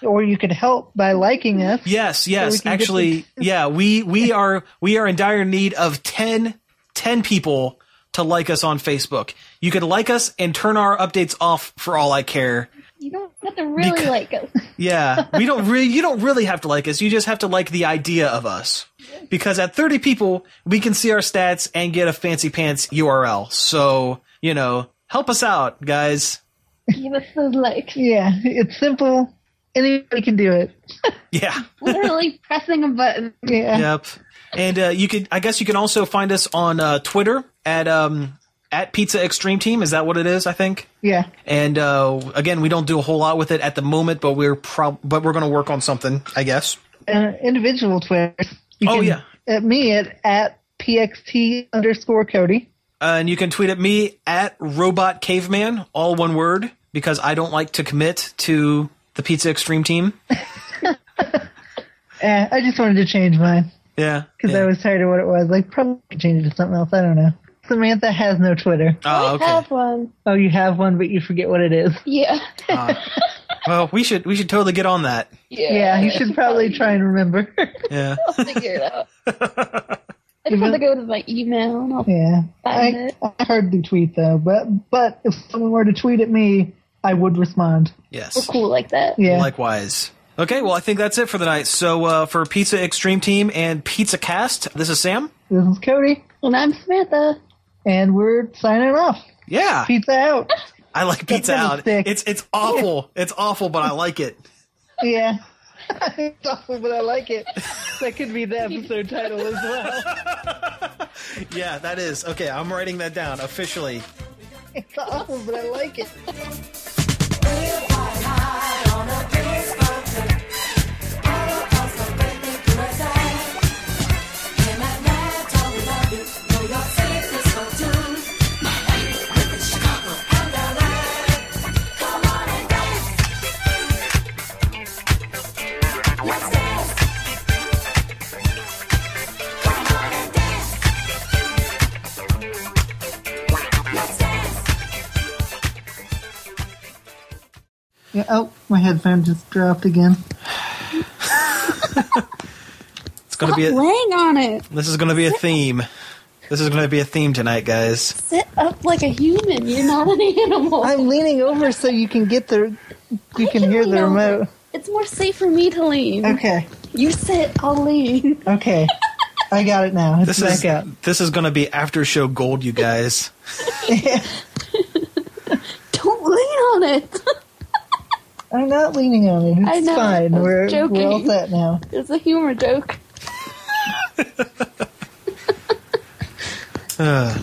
B: Or you could help by liking us.
A: Yes,
B: we
A: yes.
B: can get
A: Actually, yeah, we we are we are in dire need of 10, 10 people to like us on Facebook. You could like us and turn our updates off for all I care.
C: You don't have to really
A: Because-
C: like us.
A: Yeah, we don't really you don't really have to like us. You just have to like the idea of us. Because at 30 people, we can see our stats and get a fancy pants URL. So, you know, help us out, guys.
C: Give us those likes.
B: Yeah, it's simple. Anybody can do it.
A: Yeah.
C: Literally pressing a button.
B: Yeah.
A: Yep. And uh, you could, I guess, you can also find us on uh, Twitter at um, at Pizza Extreme Team. Is that what it is? I think.
B: Yeah.
A: And uh, again, we don't do a whole lot with it at the moment, but we're prob- but we're going to work on something, I guess.
B: Uh, individual Twitter. You
A: Oh,
B: can-
A: yeah.
B: At me at, at pxt underscore Cody.
A: Uh, and you can tweet at me at Robot Caveman, all one word, because I don't like to commit to the Pizza Extreme Team.
B: Uh, I just wanted to change mine
A: Yeah.
B: because
A: yeah.
B: I was tired of what it was. Like, probably change it to something else. I don't know. Samantha has no Twitter.
A: Oh,
C: I
A: okay.
C: have one.
B: Oh, you have one, but you forget what it is.
C: Yeah.
A: Well, we should we should totally get on that.
C: Yeah.
B: Yeah, you should probably try and remember.
A: Yeah.
C: figure it out. I just have to go to my email and I'll
B: Yeah,
C: Find
B: I,
C: it.
B: I hardly tweet though, but but if someone were to tweet at me, I would respond.
A: Yes.
C: cool like that.
B: Yeah,
A: Likewise. Okay, well, I think that's it for the night. So uh, for Pizza Extreme Team and Pizza Cast, this is Sam.
B: this is Cody,
C: And I'm Samantha.
B: and we're signing off.
A: Yeah,
B: Pizza out.
A: I like pizza
B: pretty
A: out.
B: thick.
A: It's it's awful. It's awful, but I like it.
B: yeah, it's awful, but I like it. That could be the episode title as well.
A: yeah, that is. Okay, I'm writing that down officially.
B: It's awful, but I like it. Yeah, oh, my headphone just dropped again.
A: It's gonna be. A,
C: laying on it.
A: this is gonna be a theme. This is gonna be a theme tonight, guys.
C: Sit up like a human. You're not an animal.
B: I'm leaning over so you can get the, you
C: Oh. I
B: can hear
C: lean
B: the
C: over.
B: remote.
C: It's more safe for me to lean.
B: Okay,
C: You sit, I'll lean.
B: okay, I got it now. It's
A: This
B: back
A: is
B: up.
A: this is gonna be after show gold, you guys.
C: Don't lean on it.
B: I'm not leaning on it. It's
C: I know,
B: fine.
C: I was
B: We're we're all
C: joking.
B: set now.
C: It's a humor joke.
A: Uh,